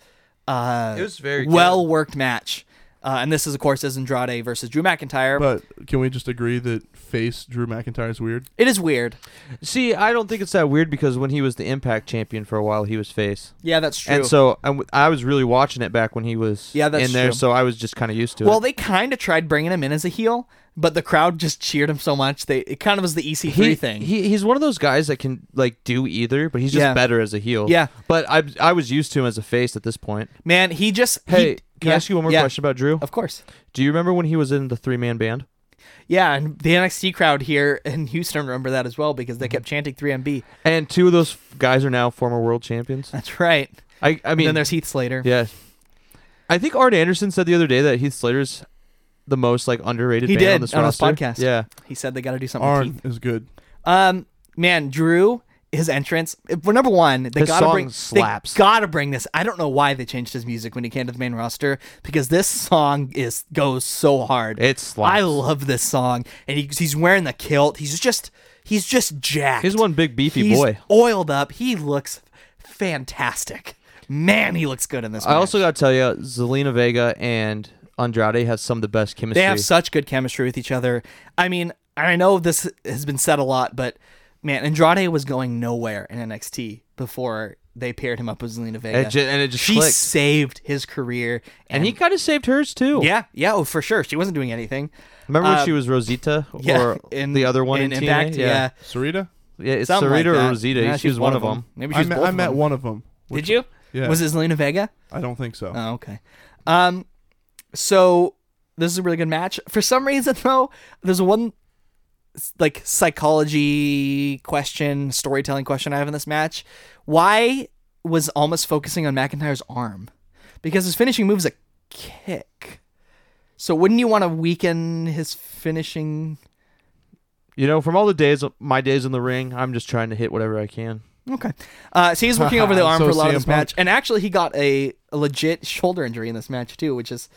S3: uh
S4: It was very good.
S3: well worked match. Uh, and this is of course is Andrade versus Drew McIntyre.
S5: But can we just agree that face Drew McIntyre is weird?
S3: it is weird.
S4: See, I don't think it's that weird because when he was the Impact champion for a while, he was face.
S3: Yeah, that's true.
S4: And so I, w- I was really watching it back when he was
S3: Yeah, that's
S4: in there,
S3: true.
S4: so I was just kind of used to
S3: Well,
S4: it.
S3: they kind of tried bringing him in as a heel, but the crowd just cheered him so much. They it kind of was the EC3
S4: he,
S3: thing.
S4: He, he's one of those guys that can like do either, but he's just
S3: Yeah.
S4: better as a heel.
S3: Yeah.
S4: But I I was used to him as a face at this point.
S3: Man, he just he-
S4: Hey, can
S3: yeah,
S4: I ask you one more
S3: yeah,
S4: question about Drew?
S3: Of course.
S4: Do you remember when he was in the three man band?
S3: Yeah, and the NXT crowd here in Houston remember that as well because
S4: Mm-hmm.
S3: they kept chanting 3MB.
S4: And two of those f- guys are now former world champions.
S3: That's right.
S4: I I mean,
S3: then there's Heath Slater.
S4: yeah. I think Art Anderson said the other day that Heath Slater's the most like underrated.
S3: He
S4: man
S3: did
S4: on, this
S3: on his
S4: roster.
S3: podcast.
S4: Yeah.
S3: He said they got to do something. with
S5: Arn
S3: Heath.
S5: is good.
S3: Um, man, Drew, his entrance. For number one, they
S4: His
S3: gotta
S4: song
S3: bring.
S4: slaps.
S3: They gotta bring this. I don't know why they changed his music when he came to the main roster because this song is goes so hard.
S4: It slaps.
S3: I love this song, and he, he's wearing the kilt. He's just he's just jacked.
S4: He's one big beefy
S3: He's
S4: boy.
S3: oiled up. He looks fantastic. Man, he looks good in this.
S4: I also
S3: match.
S4: got to tell you, Zelina Vega and Andrade have some of the best chemistry.
S3: they have such good chemistry with each other. I mean, I know this has been said a lot, but man, Andrade was going nowhere in NXT before they paired him up with Zelina Vega.
S4: It ju- and it just
S3: she
S4: clicked.
S3: saved his career, and,
S4: and he kind of saved hers too.
S3: yeah, yeah, oh, for sure. She wasn't doing anything.
S4: Remember when
S3: Uh,
S4: she was Rosita
S3: Yeah,
S4: or
S3: in
S4: the other one in,
S3: in, Impact,
S4: TNA?
S3: yeah,
S5: Sarita?
S4: yeah. It's
S3: Something like
S4: Sarita or
S3: that.
S4: Rosita.
S3: Yeah,
S4: she was one of them.
S3: Maybe she
S5: I,
S3: was
S5: met,
S3: both
S5: I
S3: of
S5: met
S3: them.
S5: one of them.
S6: Did you?
S5: Yeah.
S3: Was it Zelina Vega?
S5: I don't think so.
S3: Oh, okay. Um, so this is a really good match. For some reason, though, there's one s- like psychology question, storytelling question I have in this match. Why was almost focusing on McIntyre's arm? Because his finishing move is a kick. So wouldn't you want to weaken his finishing?
S4: You know, from all the days, my days in the ring, I'm just trying to hit whatever I can.
S3: Okay. Uh, so he's working over the arm
S5: So
S3: for a lot
S5: CM
S3: of this
S5: Punk.
S3: match, and actually he got a, a legit shoulder injury in this match too, which is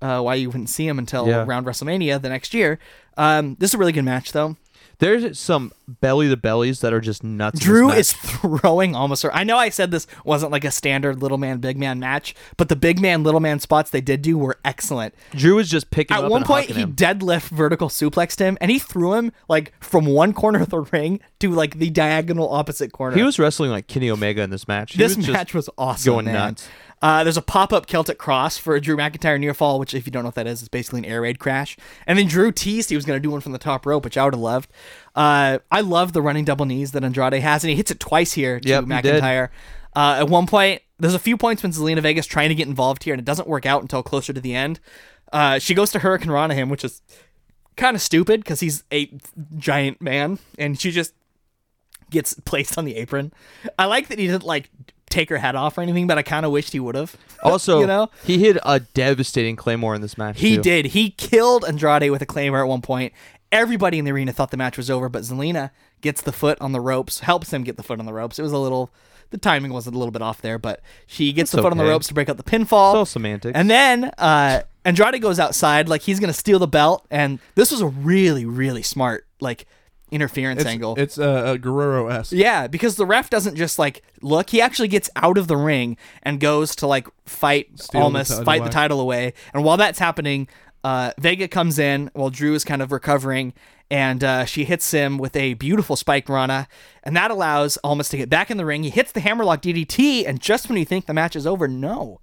S3: uh, why you wouldn't see him until
S4: Yeah.
S3: around WrestleMania the next year. Um, this is a really good match though.
S4: There's some belly to bellies that are just nuts. in this
S3: Drew
S4: match.
S3: is throwing almost. I know I said this wasn't like a standard little man big man match, but the big man little man spots they did do were excellent.
S4: Drew is just picking him
S3: At
S4: up
S3: one
S4: and
S3: point,
S4: hucking
S3: he
S4: him.
S3: deadlift vertical suplexed him, and he threw him like from one corner of the ring to like the diagonal opposite corner.
S4: He was wrestling like Kenny Omega in this match. He
S3: this
S4: was just-
S3: match was awesome.
S4: going
S3: man.
S4: nuts.
S3: Uh, there's a pop up Celtic cross for a Drew McIntyre near fall, which, if you don't know what that is, is basically an air raid crash. And then Drew teased he was going to do one from the top rope, which I would have loved. Uh, I love the running double knees that Andrade has, and he hits it twice here to
S4: Yep, he did.
S3: McIntyre. Uh, at one point, there's a few points when Zelina Vega's trying to get involved here, and it doesn't work out until closer to the end. Uh, she goes to Hurricane Rana him, which is kind of stupid because he's a giant man, and she just gets placed on the apron. I like that he didn't like take her head off or anything, but I kind of wished he would have.
S4: also,
S3: you know,
S4: he hit a devastating claymore in this match.
S3: he
S4: too.
S3: did. He killed Andrade with a claimer at one point. Everybody in the arena thought the match was over, but Zelina gets the foot on the ropes, helps him get the foot on the ropes. It was a little, the timing was a little bit off there, but she gets the foot on the
S4: okay.
S3: ropes to break up the pinfall.
S4: It's all semantics.
S3: And then uh, Andrade goes outside, like he's gonna steal the belt. And this was a really, really smart like interference
S5: It's,
S3: angle.
S5: it's uh, a Guerrero esque.
S3: Yeah, because the ref doesn't just like look; he actually gets out of the ring and goes to like fight
S5: Steal the
S3: almost
S5: title
S3: fight
S5: away.
S3: the title away. And while that's happening, uh, Vega comes in while Drew is kind of recovering, and uh, she hits him with a beautiful spike Rana, and that allows almost to get back in the ring. He hits the hammerlock DDT, and just when you think the match is over, no,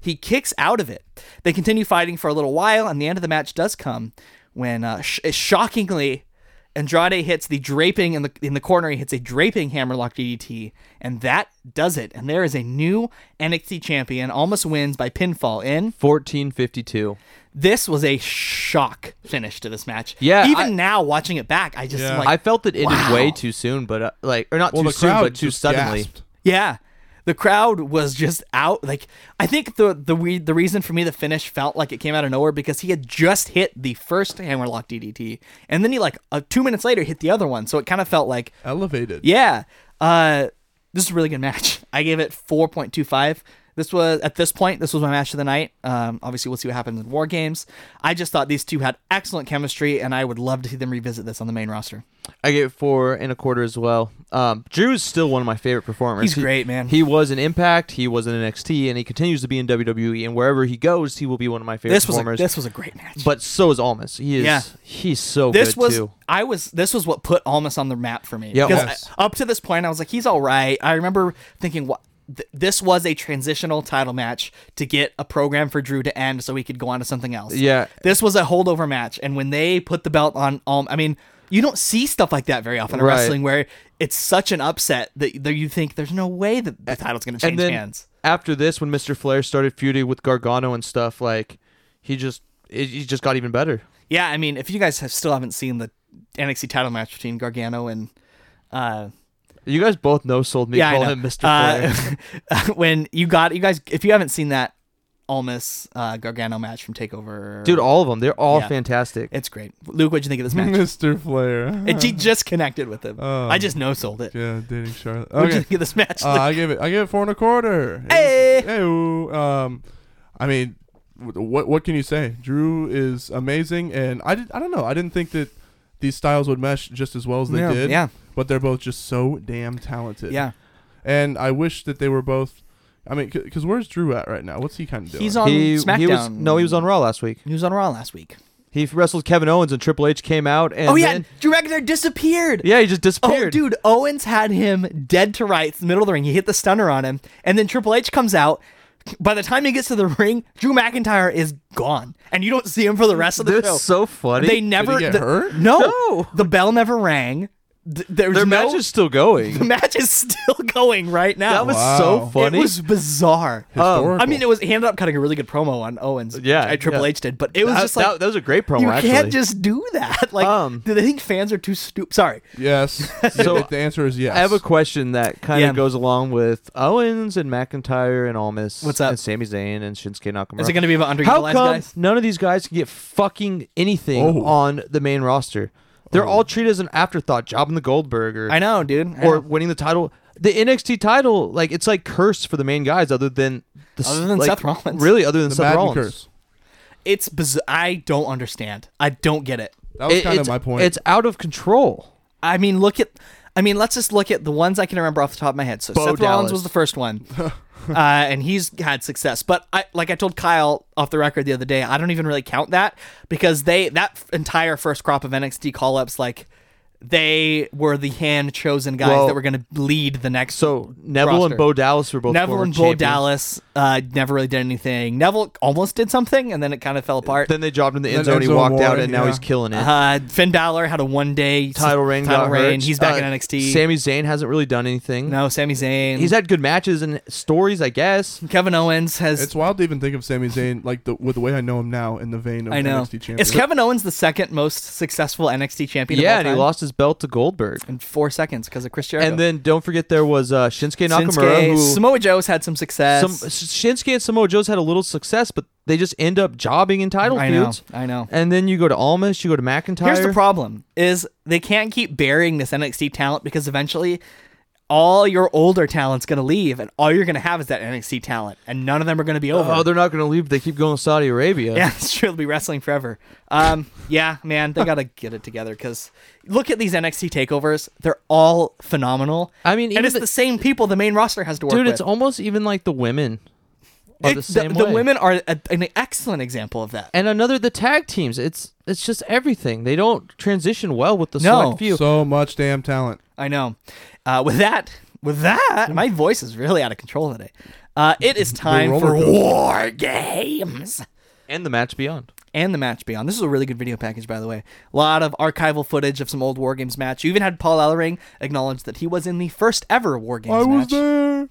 S3: he kicks out of it. They continue fighting for a little while, and the end of the match does come when uh, sh- shockingly Andrade hits the draping in the in the corner. He hits a draping hammerlock DDT, and that does it. And there is a new NXT champion. Almost wins by pinfall. In
S4: 1452.
S3: this was a shock finish to this match.
S4: Yeah,
S3: even
S4: I-
S3: now watching it back, I just
S5: Yeah.
S3: like
S4: I felt it ended
S3: Wow.
S4: way too soon, but uh, like, or not
S5: Well,
S4: too
S5: the
S4: soon,
S5: crowd
S4: but too
S5: just
S4: suddenly.
S5: gasped.
S3: Yeah. The crowd was just out. Like I think the the we, the reason for me the finish felt like it came out of nowhere because he had just hit the first hammerlock DDT, and then he like uh, two minutes later hit the other one. So it kind of felt like
S5: Elevated.
S3: yeah, uh, this is a really good match. I gave it four point two five. This was at this point, this was my match of the night. Um, obviously, we'll see what happens in War Games. I just thought these two had excellent chemistry, and I would love to see them revisit this on the main roster.
S4: I gave it four and a quarter as well. Um, Drew is still one of my favorite performers.
S3: He's
S4: He-
S3: great, man.
S4: He was in Impact, he was in NXT, and he continues to be in WWE. And wherever he goes, he will be one of my favorite
S3: This was a,
S4: performers.
S3: this was a great match.
S4: but so is Almas. He is.
S3: Yeah.
S4: He's so
S3: this
S4: good
S3: was
S4: too.
S3: I was this was what put Almas on the map for me.
S4: Yeah,
S3: because
S4: yes.
S3: I- up to this point I was like he's all right. I remember thinking what th- this was a transitional title match to get a program for Drew to end so he could go on to something else.
S4: Yeah.
S3: This was a holdover match and when they put the belt on Alm I mean you don't see stuff like that very often in
S4: Right.
S3: wrestling where it's such an upset that, that you think there's no way that the title's going to change
S4: and then
S3: hands.
S4: after this, when Mister Flair started feuding with Gargano and stuff, like he just it, he just got even better.
S3: Yeah, I mean if you guys have still haven't seen the NXT title match between Gargano and uh
S4: You guys both know sold me
S3: yeah, I
S4: call
S3: know.
S4: him Mister Flair.
S3: Uh, when you got you guys, if you haven't seen that Almas uh, Gargano match from Takeover,
S4: Dude, all of them, they're all
S3: Yeah.
S4: fantastic.
S3: it's great. Luke, what'd you think of this match?
S5: Mr. Flair.
S3: it, he just connected with him.
S5: Oh.
S3: I just no sold it.
S5: yeah, dating Charlotte.
S3: What'd you
S5: Okay.
S3: think of this match?
S5: Uh, I gave it. I gave it four and a quarter.
S3: Hey!
S5: Hey. Um, I mean, wh- what what can you say? Drew is amazing, and I did, I don't know. I didn't think that these styles would mesh just as well as they
S3: Yeah,
S5: did.
S3: yeah.
S5: But they're both just so damn talented.
S3: yeah,
S5: And I wish that they were both, I mean, because where's Drew at right now? What's he kind of doing?
S3: He's on
S4: he,
S3: SmackDown.
S4: he was no, he was on Raw last week.
S3: He was on Raw last week.
S4: He wrestled Kevin Owens and Triple H came out and
S3: oh yeah,
S4: then-
S3: Drew McIntyre disappeared.
S4: yeah, he just disappeared.
S3: Oh, dude, Owens had him dead to rights in the middle of the ring. He hit the stunner on him, and then Triple H comes out. By the time he gets to the ring, Drew McIntyre is gone, and you don't see him for the rest of the
S4: that's
S3: show.
S4: so funny.
S3: they never
S5: get
S3: the-
S5: hurt?
S3: No, the bell never rang. Th- there was
S4: their
S3: no,
S4: match is still going.
S3: the match is still going right now.
S4: That was
S5: Wow.
S4: so funny.
S3: It was bizarre. Uh,
S5: Historical.
S3: um, I mean, it was he ended up cutting a really good promo on Owens.
S4: Yeah,
S3: which I, Triple
S4: yeah.
S3: H did, but it was
S4: that,
S3: just like
S4: that- that was a great promo.
S3: you
S4: actually.
S3: can't just do that. Like,
S4: Um,
S3: do they think fans are too stupid? Sorry,
S5: yes.
S4: So,
S5: so the answer is yes.
S4: I have a question that kind of
S3: Yeah.
S4: goes along with Owens and McIntyre and Almas.
S3: What's up?
S4: And Sami Zayn and Shinsuke Nakamura.
S3: is it going to be about
S4: How
S3: underutilized
S4: come
S3: guys?
S4: none of these guys can get fucking anything
S5: Oh.
S4: on the main roster? They're all treated as an afterthought. Job in the Goldberg or
S3: I know, dude. I
S4: or
S3: know.
S4: winning the title. The NXT title, like it's like cursed for the main guys, other than the, s-
S3: Other than
S4: like,
S3: Seth Rollins.
S4: Really, other than
S5: the
S4: Seth
S5: Madden
S4: Rollins.
S5: curse.
S3: it's bizarre. I don't understand. I don't get it.
S5: That was
S4: It-
S5: kind of
S4: it's-
S5: my point.
S4: It's out of control.
S3: I mean, look at. I mean, let's just look at the ones I can remember off the top of my head. So Seth Rollins
S4: Dallas.
S3: was the first one, uh, and he's had success. But I, like I told Kyle off the record the other day, I don't even really count that because they that f- entire first crop of NXT call ups, like they were the hand chosen guys
S4: Well,
S3: that were going to lead the next.
S4: So Neville
S3: roster.
S4: and Bo Dallas were both
S3: Neville
S4: former
S3: and Bo
S4: champions.
S3: Dallas uh, never really did anything. Neville almost did something, and then it kind of fell apart.
S4: Then they dropped him in the end
S5: Then
S4: zone. He
S5: Enzo
S4: walked out,
S5: Amore,
S4: and now
S5: yeah.
S4: he's killing it.
S3: Uh, Finn Balor had a one day
S4: title reign.
S3: Title
S4: got
S3: reign.
S4: hurt.
S3: He's back
S4: Uh,
S3: in NXT.
S4: Sami Zayn hasn't really done anything.
S3: no, Sami Zayn.
S4: He's had good matches and stories, I guess.
S3: Kevin Owens has.
S5: It's wild to even think of Sami Zayn like the with the way I know him now in the vein of
S3: I know.
S5: NXT champion.
S3: Is Kevin Owens the second most successful NXT champion? of all
S4: Yeah, and he
S3: time?
S4: lost his belt to Goldberg.
S3: in four seconds because of Chris Jericho.
S4: And then don't forget there was uh, Shinsuke
S3: Shinsuke,
S4: Nakamura who
S3: Samoa Joe's had some success.
S4: some Shinsuke and Samoa Joe's had a little success, but they just end up jobbing in title
S3: I know.
S4: feuds.
S3: I know.
S4: And then you go to Almas, you go to McIntyre.
S3: Here's the problem: is they can't keep burying this NXT talent because eventually. All your older talent's gonna leave, and all you're gonna have is that NXT talent, and none of them are gonna be over.
S4: Oh, they're not going to leave. They keep going to Saudi Arabia.
S3: Yeah, it's true. They'll be wrestling forever. Um, yeah, man, they gotta get it together because look at these NXT takeovers. They're all phenomenal.
S4: I mean, even
S3: and it's
S4: the-
S3: the, same people the main roster has to work
S4: Dude,
S3: with.
S4: it's almost even like the women are the
S3: It's-
S4: same way.
S3: women are a, an excellent example of that.
S4: and another the tag teams. It's it's just everything. They don't transition well with the
S3: No.
S4: select few.
S5: so much damn talent.
S3: I know. Uh, with that, with that, my voice is really out of control today. Uh, it is time
S5: roller
S3: for
S5: coaster.
S3: war games.
S4: and the match beyond.
S3: and the match beyond. This is a really good video package, by the way. A lot of archival footage of some old War Games match. You even had Paul Ellering acknowledge that he was in the first ever War Games
S5: I was
S3: match,
S5: there.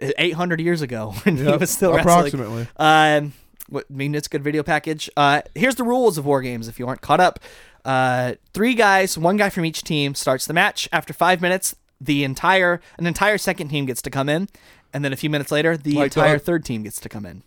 S3: 800 years ago when he
S5: Yep,
S3: was still
S5: approximately.
S3: wrestling. Um, what, I mean, it's a good video package. Uh, here's the rules of War Games if you aren't caught up. Uh, three guys, one guy from each team starts the match. After five minutes, the entire an entire second team gets to come in, and then a few minutes later, the
S5: Like
S3: entire
S5: that.
S3: third team gets to come in.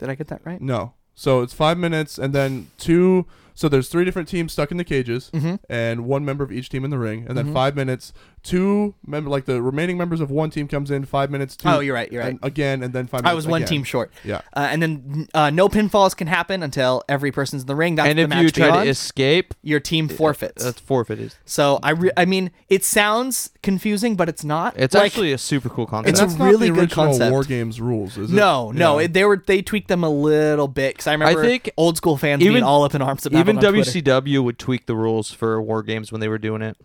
S3: Did I get that right?
S5: No. So it's five minutes, and then two. So there's three different teams stuck in the cages,
S3: Mm-hmm.
S5: and one member of each team in the ring, and then five minutes. Two member, like the remaining members of one team, comes in five minutes. Two,
S3: Oh, you're right, you're
S5: and
S3: right.
S5: Again, and then five. minutes
S3: I was one
S5: again.
S3: team short.
S5: Yeah.
S3: Uh, and then uh, no pinfalls can happen until every person's in the ring. That's
S4: And
S3: the
S4: if
S3: match
S4: you try
S3: beyond.
S4: to escape,
S3: your team forfeits.
S4: that's forfeited.
S3: so I, re- I mean, it sounds confusing, but it's not.
S4: It's
S3: Like,
S4: actually a super cool concept.
S5: And
S3: It's a
S5: that's not
S3: really
S5: the
S3: good
S5: original
S3: concept.
S5: War Games rules, is it?
S3: no, no.
S5: Yeah.
S3: It, they were they tweaked them a little bit because I remember
S4: think
S3: old school fans
S4: even-
S3: being all up in arms about
S4: Even
S3: it on Twitter.
S4: WCW would tweak the rules for war games when they were doing it.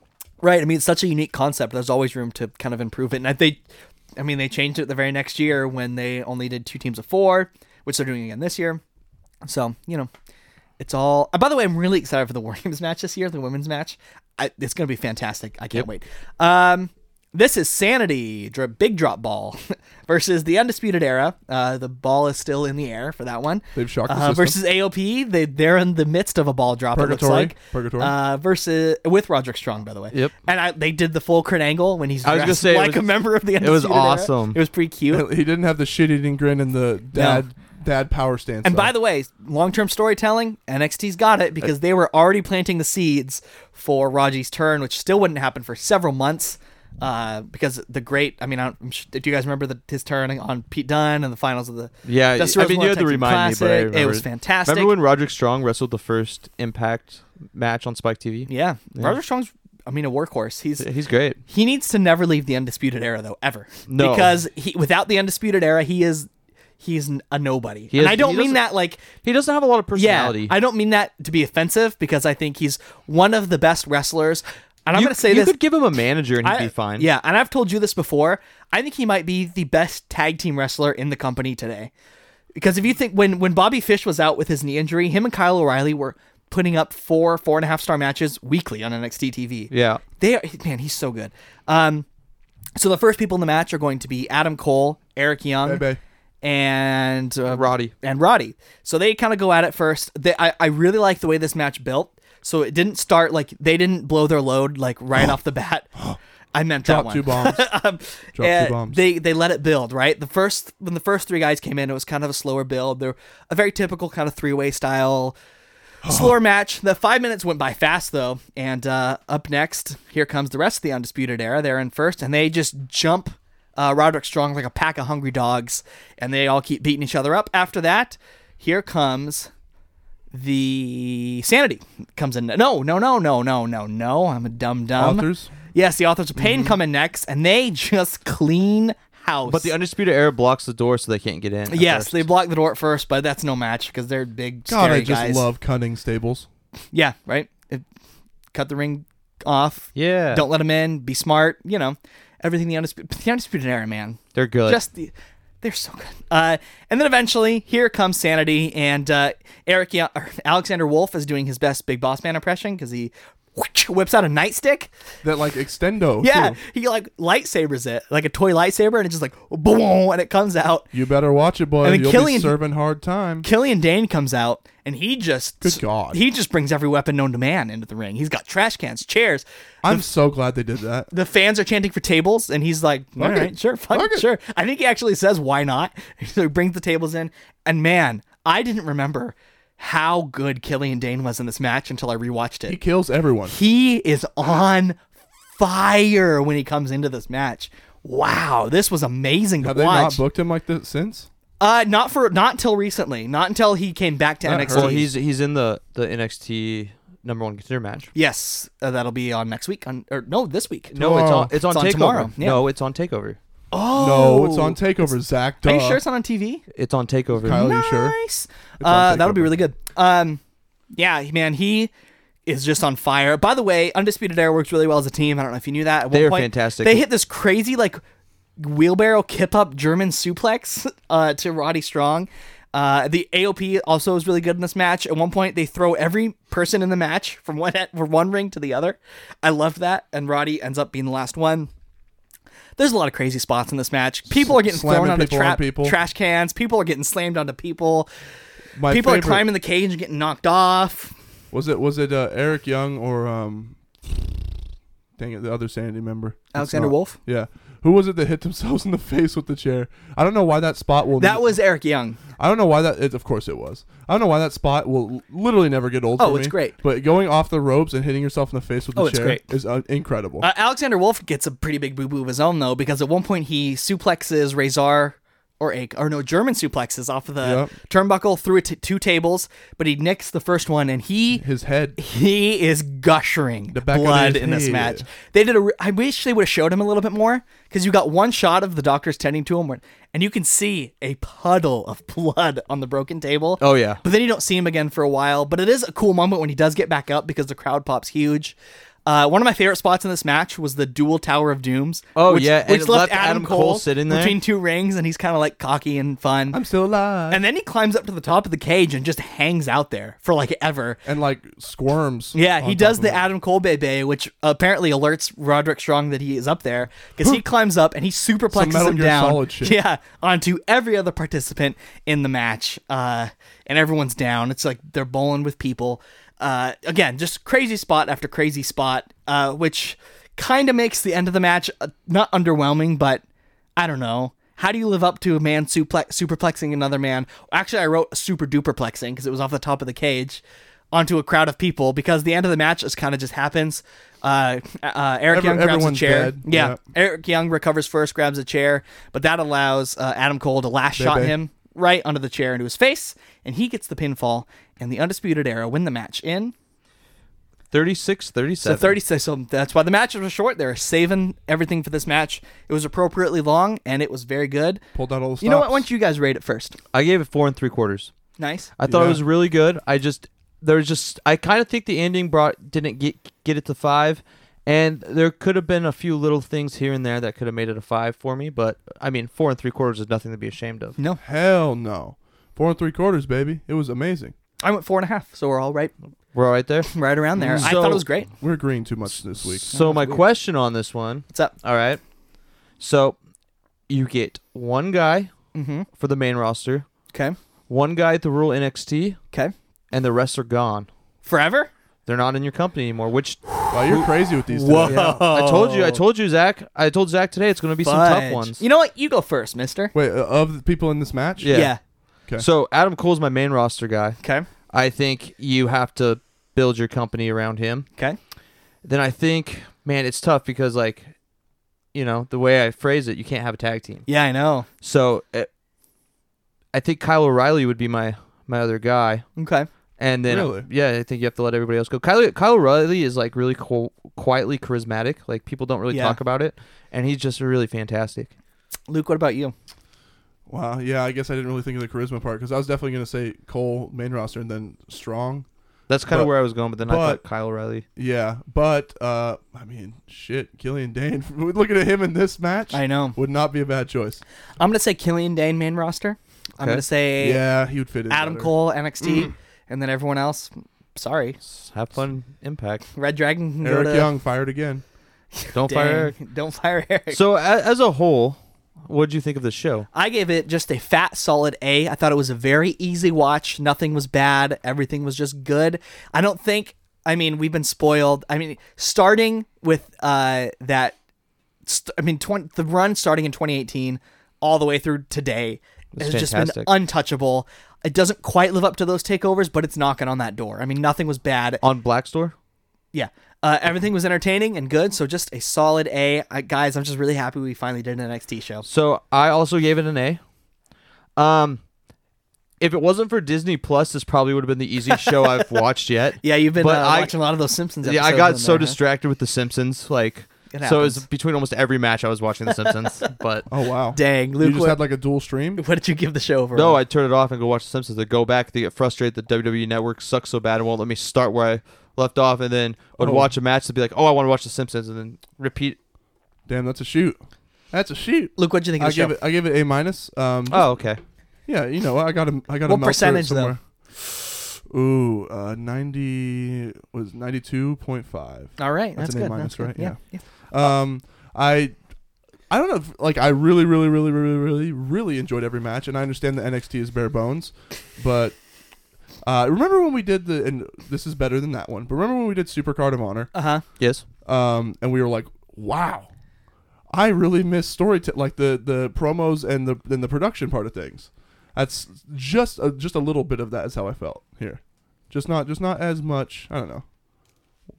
S3: Right. I mean, it's such a unique concept. There's always room to kind of improve it. And I- they, I mean, they changed it the very next year when they only did two teams of four, which they're doing again this year. So you know, it's all. uh, by the way, I'm really excited for the War Games match this year, the women's match. I, it's going to be fantastic. I can't wait. Um, this is Sanity, dro- Big Drop Ball versus the Undisputed Era. Uh, the ball is still in the air for that one.
S5: They've shocked the
S3: uh,
S5: system.
S3: versus AOP. They they're in the midst of a ball drop. It
S5: Purgatory.
S3: looks like
S5: Purgatory.
S3: Uh, versus with Roderick Strong, by the way.
S4: Yep.
S3: And I, they did the full crit angle when he's
S4: I was
S3: dressed
S4: gonna say, it
S3: like
S4: was-
S3: a member of the.
S4: it was
S3: Undisputed Era.
S4: awesome.
S3: It was pretty cute.
S5: He didn't have the shit eating grin and the dad dad power stance.
S3: And
S5: though.
S3: by the way, long term storytelling, NXT's got it because they were already planting the seeds for Raji's turn, which still wouldn't happen for several months. Uh, because the great, I mean, I don't, I'm sh- do you guys remember the, his turn on Pete Dunne and the finals of the
S4: Yeah,
S3: Dusty
S4: I mean,
S3: Rhodes
S4: you had
S3: Tag
S4: to
S3: Team
S4: remind
S3: Classic.
S4: me, but I remember.
S3: it was fantastic.
S4: Remember when Roderick Strong wrestled the first Impact match on Spike TV?
S3: yeah, Roger Strong's I mean, a workhorse. He's
S4: He's great.
S3: he needs to never leave the undisputed era though, ever.
S4: No.
S3: because he without the undisputed era, he is he's n- a nobody.
S4: He
S3: and
S4: is-
S3: I
S4: he
S3: don't mean
S4: doesn't-
S3: that like
S4: He doesn't have a lot of
S3: yeah.
S4: personality.
S3: I don't mean that to be offensive because I think he's one of the best wrestlers. And I'm
S4: you,
S3: gonna say
S4: you
S3: this.
S4: could give him a manager and he'd
S3: I-
S4: be fine.
S3: Yeah, and I've told you this before. I think he might be the best tag team wrestler in the company today. Because if you think when when Bobby Fish was out with his knee injury, him and Kyle O'Reilly were putting up four four and a half star matches weekly on NXT TV.
S4: Yeah.
S3: they are man, he's so good. Um, so the first people in the match are going to be Adam Cole, Eric Young,
S5: Bebe.
S3: and uh,
S4: Roddy.
S3: and Roddy. So they kind of go at it first. They, I, I really like the way this match built. So it didn't start like they didn't blow their load like right off the bat. I meant that
S5: Drop
S3: one.
S5: two bombs.
S3: um,
S5: Drop two
S3: uh,
S5: bombs.
S3: They they let it build right. The first when the first three guys came in, it was kind of a slower build. They're a very typical kind of three way style. Slower match. The five minutes went by fast though, and uh, up next, here comes the rest of the undisputed era. They're in first, and they just jump uh, Roderick Strong like a pack of hungry dogs, and they all keep beating each other up. After that, here comes the sanity comes in. No, no, no, no, no, no, no. I'm a dumb dumb.
S5: Authors?
S3: Yes, the authors of pain come in next, and they just clean house.
S4: Mm-hmm. But the undisputed era blocks the door so they can't get in. at
S3: yes,
S4: first.
S3: they block the door at first, but that's no match because they're big.
S5: God,
S3: scary
S5: I just
S3: guys.
S5: love cunning stables.
S3: Yeah, right. It, cut the ring off.
S4: Yeah.
S3: Don't let them in. Be smart. You know, everything the undisputed, the undisputed era, man.
S4: They're good.
S3: Just the, they're so good. Uh, and then eventually, here comes Sanity, and uh, Eric Young, or Alexander Wolf is doing his best Big Boss Man impression because he whips out a nightstick.
S5: That like extendo.
S3: Yeah,
S5: too.
S3: he like lightsabers it like a toy lightsaber, and it's just like boom, and it comes out.
S5: You better watch it, boy.
S3: I mean,
S5: You'll be
S3: Killian-
S5: serving hard time.
S3: Killian Dane comes out, and he just
S5: Good God.
S3: he just brings every weapon known to man into the ring. He's got trash cans, chairs.
S5: I'm so glad they did that.
S3: The fans are chanting for tables, and he's like, "All
S5: Fuck it.
S3: right, sure, fuck,
S5: Fuck
S3: it,
S5: it."
S3: sure." I think he actually says, "Why not?" So he brings the tables in, and man, I didn't remember how good Killian Dane was in this match until I rewatched
S5: He
S3: it.
S5: kills everyone.
S3: He is on fire when he comes into this match. Wow, this was amazing to
S5: Have they
S3: watch.
S5: not booked him like this since?
S3: Uh, not for not until recently. Not until he came back to NXT.
S4: Well, he's he's in the the NXT number one contender match.
S3: yes, uh, that'll be on next week. On or no, this week.
S4: No, it's on it's on,
S3: It's on
S4: takeover.
S3: tomorrow, yeah.
S4: No, it's on takeover.
S5: No, it's on Takeover, Zach.
S3: Are you
S5: duh.
S3: sure Oh. it's not on TV?
S4: It's on takeover.
S5: Kyle, you sure?
S3: Nice.
S5: on
S3: Uh, that'll be
S5: Takeover.
S3: really good. Um, yeah, man, he is just on fire. By the way, Undisputed Air works really well as a team. I don't know if you knew that. At one
S4: They are
S3: point,
S4: fantastic.
S3: They hit this crazy like wheelbarrow kip up German suplex uh, to Roddy Strong. Uh, the AOP also is really good in this match. At one point, they throw every person in the match from one e-, from one ring to the other. I loved that, and Roddy ends up being the last one. There's a lot of crazy spots in this match. People are getting
S5: slamming
S3: thrown onto
S5: people on
S3: trap,
S5: people.
S3: trash cans. People are getting slammed onto people.
S5: My
S3: people
S5: favorite-
S3: are climbing the cage and getting knocked off.
S5: Was it was it uh, Eric Young or um? Dang it, the other Sanity member. It's
S3: Alexander
S5: not-
S3: Wolf?
S5: Yeah, who was it that hit themselves in the face with the chair? I don't know why that spot will.
S3: That was Eric Young.
S5: I don't know why that. It, of course, it was. I don't know why that spot will l- literally never get old.
S3: Oh,
S5: for
S3: it's
S5: me,
S3: great.
S5: But going off the ropes and hitting yourself in the face with the
S3: Oh, it's
S5: chair
S3: great.
S5: is uh, incredible.
S3: Uh, Alexander Wolf gets a pretty big boo boo of his own though, because at one point he suplexes Razor or a or no German suplexes off of the
S5: Yep.
S3: turnbuckle through a t- two tables, but he nicks the first one and he
S5: His head.
S3: he is gushering
S5: back of
S3: blood
S5: his
S3: in this
S5: head.
S3: match. They did a. re- I wish they would have showed him a little bit more because you got one shot of the doctors tending to him, when- and you can see a puddle of blood on the broken table.
S4: Oh, yeah.
S3: But then you don't see him again for a while. But it is a cool moment when he does get back up because the crowd pops huge. Uh, one of my favorite spots in this match was the dual Tower of Dooms.
S4: Oh,
S3: which,
S4: yeah, and
S3: which
S4: it
S3: left,
S4: left Adam Cole sitting there.
S3: between two rings, and he's kind of like cocky and fun.
S5: I'm still alive.
S3: and then he climbs up to the top of the cage and just hangs out there for like ever.
S5: and like squirms.
S3: Yeah,
S5: on
S3: he
S5: top
S3: does
S5: of
S3: the
S5: it.
S3: Adam Cole Bebe, which apparently alerts Roderick Strong that he is up there because he climbs up and he superplexes
S5: Metal
S3: him
S5: Gear
S3: down.
S5: Solid shit.
S3: Yeah, onto every other participant in the match, uh, and everyone's down. It's like they're bowling with people. Uh, again, just crazy spot after crazy spot, uh, which kind of makes the end of the match uh, not underwhelming, but I don't know. How do you live up to a man suplex, superplexing another man? Actually, I wrote super duperplexing because it was off the top of the cage onto a crowd of people because the end of the match just kind of just happens. Uh, uh, Eric
S5: Every-
S3: Young grabs a
S5: everyone's
S3: chair.
S5: dead.
S3: Yeah.
S5: Yep.
S3: Eric Young recovers first, grabs a chair, but that allows uh, Adam Cole to last shot
S5: Bebe.
S3: him right under the chair into his face, and he gets the pinfall. And the Undisputed Era win the match in
S4: 36
S3: So
S4: 37.
S3: 36. So that's why the matches were short. They were saving everything for this match. It was appropriately long and it was very good.
S5: Pulled out all the stops.
S3: You know what? Why don't you guys rate it first?
S4: I gave it four and three quarters.
S3: Nice.
S4: I thought
S5: Yeah.
S4: it was really good. I just there's just I kind of think the ending brought didn't get get it to five, and there could have been a few little things here and there that could have made it a five for me. But I mean, four and three quarters is nothing to be ashamed of.
S3: No,
S5: Hell no. Four and three quarters, baby. It was amazing.
S3: I went four and a half. So we're all right,
S4: We're all right there.
S3: right around there. I
S4: So-
S3: thought it was great.
S5: We're agreeing too much this week.
S4: So my question on this one,
S3: What's up?
S4: all right? So you get one guy
S3: Mm-hmm.
S4: for the main roster,
S3: Okay.
S4: one guy at the rural NXT,
S3: Okay.
S4: and the rest are gone.
S3: Forever.
S4: They're not in your company anymore, which
S5: Wow, you're crazy with these.
S3: Whoa.
S5: today.
S4: I told you. I told you, Zach. I told Zach today it's going to be some tough
S3: Oh. Fudge.
S4: ones.
S3: You know what? You go first, Mister.
S5: Wait, uh, of the people in this match?
S4: Yeah.
S5: Okay.
S4: So Adam Cole's my main roster guy.
S3: Okay.
S4: I think you have to build your company around him.
S3: Okay.
S4: Then I think, man, it's tough because like, you know, the way I phrase it, you can't have a tag team.
S3: Yeah, I know.
S4: So uh, I think Kyle O'Reilly would be my my other guy.
S3: Okay.
S4: And then
S5: Really?
S4: yeah, I think you have to let everybody else go. Kyle Kyle O'Reilly is like really cool, quietly charismatic. Like people don't really
S3: Yeah.
S4: talk about it, and he's just really fantastic.
S3: Luke, what about you?
S5: Wow. Yeah, I guess I didn't really think of the charisma part because I was definitely going to say Cole, main roster, and then Strong.
S4: That's kind of
S5: But-
S4: where I was going, but then I
S5: but-
S4: thought Kyle O'Reilly.
S5: Yeah, but, uh, I mean, shit, Killian Dane. Looking at him in this match
S3: I know.
S5: would not be a bad choice.
S3: I'm gonna say Killian Dane main roster. I'm
S4: Okay.
S3: gonna say
S5: Yeah, he would fit in.
S3: Adam
S5: better.
S3: Cole NXT, and then everyone else. Sorry,
S4: Have fun, Impact.
S3: Red Dragon can
S5: Eric
S3: go to
S5: Young fired again.
S4: Don't
S3: Dang.
S4: fire Eric.
S3: Don't fire Eric.
S4: So as, as a whole, what did you think of the show?
S3: I gave it just a fat solid A. I thought it was a very easy watch. Nothing was bad. Everything was just good. I don't think. I mean, we've been spoiled. I mean, starting with uh that. St- I mean, 20, the run starting in 2018, all the way through today, has just been
S4: fantastic.
S3: untouchable. It doesn't quite live up to those takeovers, but it's knocking on that door. I mean, nothing was bad.
S4: On Black Store?
S3: Yeah. Uh, everything was entertaining and good, so just a solid A. I, guys, I'm just really happy we finally did an NXT show.
S4: So I also gave it an A. Um if it wasn't for Disney Plus, this probably would have been the easiest show I've watched yet.
S3: Yeah, you've been uh,
S4: But I-
S3: watching a lot of those Simpsons.
S4: Yeah, I
S3: episodes
S4: got
S3: in
S4: so
S3: there, huh?
S4: distracted with The Simpsons, like
S3: It
S4: so it was
S3: happens.
S4: between almost every match I was watching The Simpsons. but
S5: Oh, wow.
S3: Dang,
S5: You
S3: Luke,
S5: just
S3: what,
S5: had like a dual stream?
S3: what did you give the show overall?
S4: no, I turn it off and go watch The Simpsons. They go back, they get frustrated that WWE E Network sucks so bad and won't let me start where I left off, and then would
S5: Oh.
S4: watch a match to be like, oh, I want to watch The Simpsons, and then repeat.
S5: Damn, that's a shoot. That's a shoot.
S3: Luke, what did you think of
S5: I
S3: the show? Uh,
S5: give it. I give it a minus. Um,
S4: Oh, okay.
S5: yeah, you know, I got a. I got a.
S3: What percentage,
S5: somewhere. Ooh, uh, ninety was ninety two point five.
S3: All right,
S5: That's
S3: that's,
S5: an A
S3: good.
S5: minus,
S3: that's good.
S5: right?
S3: Yeah. yeah.
S5: Um, I, I don't know. If, like, I really, really, really, really, really, really enjoyed every match, and I understand that NXT is bare bones, but. Uh, remember when we did the and this is better than that one, but remember when we did Supercard of Honor?
S3: Uh huh.
S4: Yes.
S5: um, and we were like, "Wow, I really miss story t- like the the promos and the and the production part of things." That's just a, just a little bit of that is how I felt here, just not just not as much. I don't know.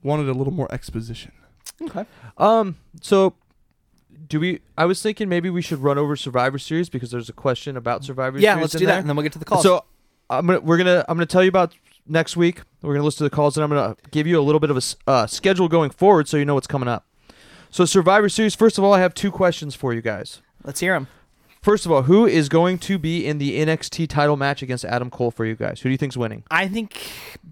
S5: Wanted a little more exposition.
S3: Okay.
S4: Um. So, do we? I was thinking maybe we should run over Survivor Series because there's a question about Survivor
S3: Yeah,
S4: Series.
S3: let's
S4: in
S3: do that,
S4: there.
S3: and then we'll get to the calls.
S4: So, I'm gonna we're gonna I'm gonna tell you about next week. We're gonna listen to the calls, and I'm gonna give you a little bit of a s- uh, schedule going forward, so you know what's coming up. So, Survivor Series. First of all, I have two questions for you guys.
S3: let's hear him.
S4: First of all, who is going to be in the NXT title match against Adam Cole for you guys? Who do you think's winning?
S3: I think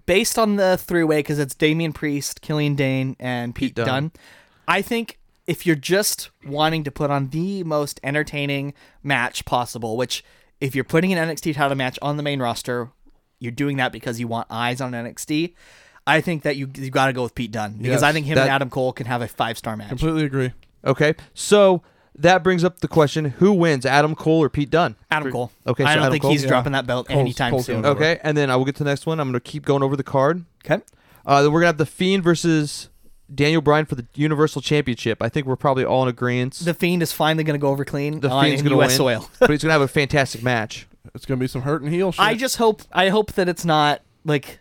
S3: based on the three way, because it's Damian Priest, Killian Dane, and Pete,
S4: Pete Dunne.
S3: Dunne. I think if you're just wanting to put on the most entertaining match possible, which if you're putting an NXT title match on the main roster, you're doing that because you want eyes on NXT. I think that you you got to go with Pete Dunne because
S5: Yes,
S3: I think him
S4: that-
S3: and Adam Cole can have a five star match.
S5: Completely agree.
S4: Okay, so that brings up the question: Who wins, Adam Cole or Pete Dunne?
S3: Adam Cole.
S4: Okay,
S3: I
S4: so
S3: don't
S4: Adam
S3: think
S4: Cole?
S3: he's
S5: Yeah.
S3: dropping that belt
S5: Cole's-
S3: anytime
S5: Cole's
S3: soon.
S5: going
S4: Okay, and then I will get to the next one. I'm gonna keep going over the card.
S3: Okay.
S4: Uh, then we're gonna have the Fiend versus Daniel Bryan for the Universal Championship. I think we're probably all in agreement.
S3: The Fiend is finally going to go over clean
S4: The
S3: on
S4: Fiend's gonna
S3: US
S4: win,
S3: soil.
S4: but he's gonna have a fantastic match.
S5: It's gonna be some hurt and heel shit.
S3: I just hope I hope that it's not like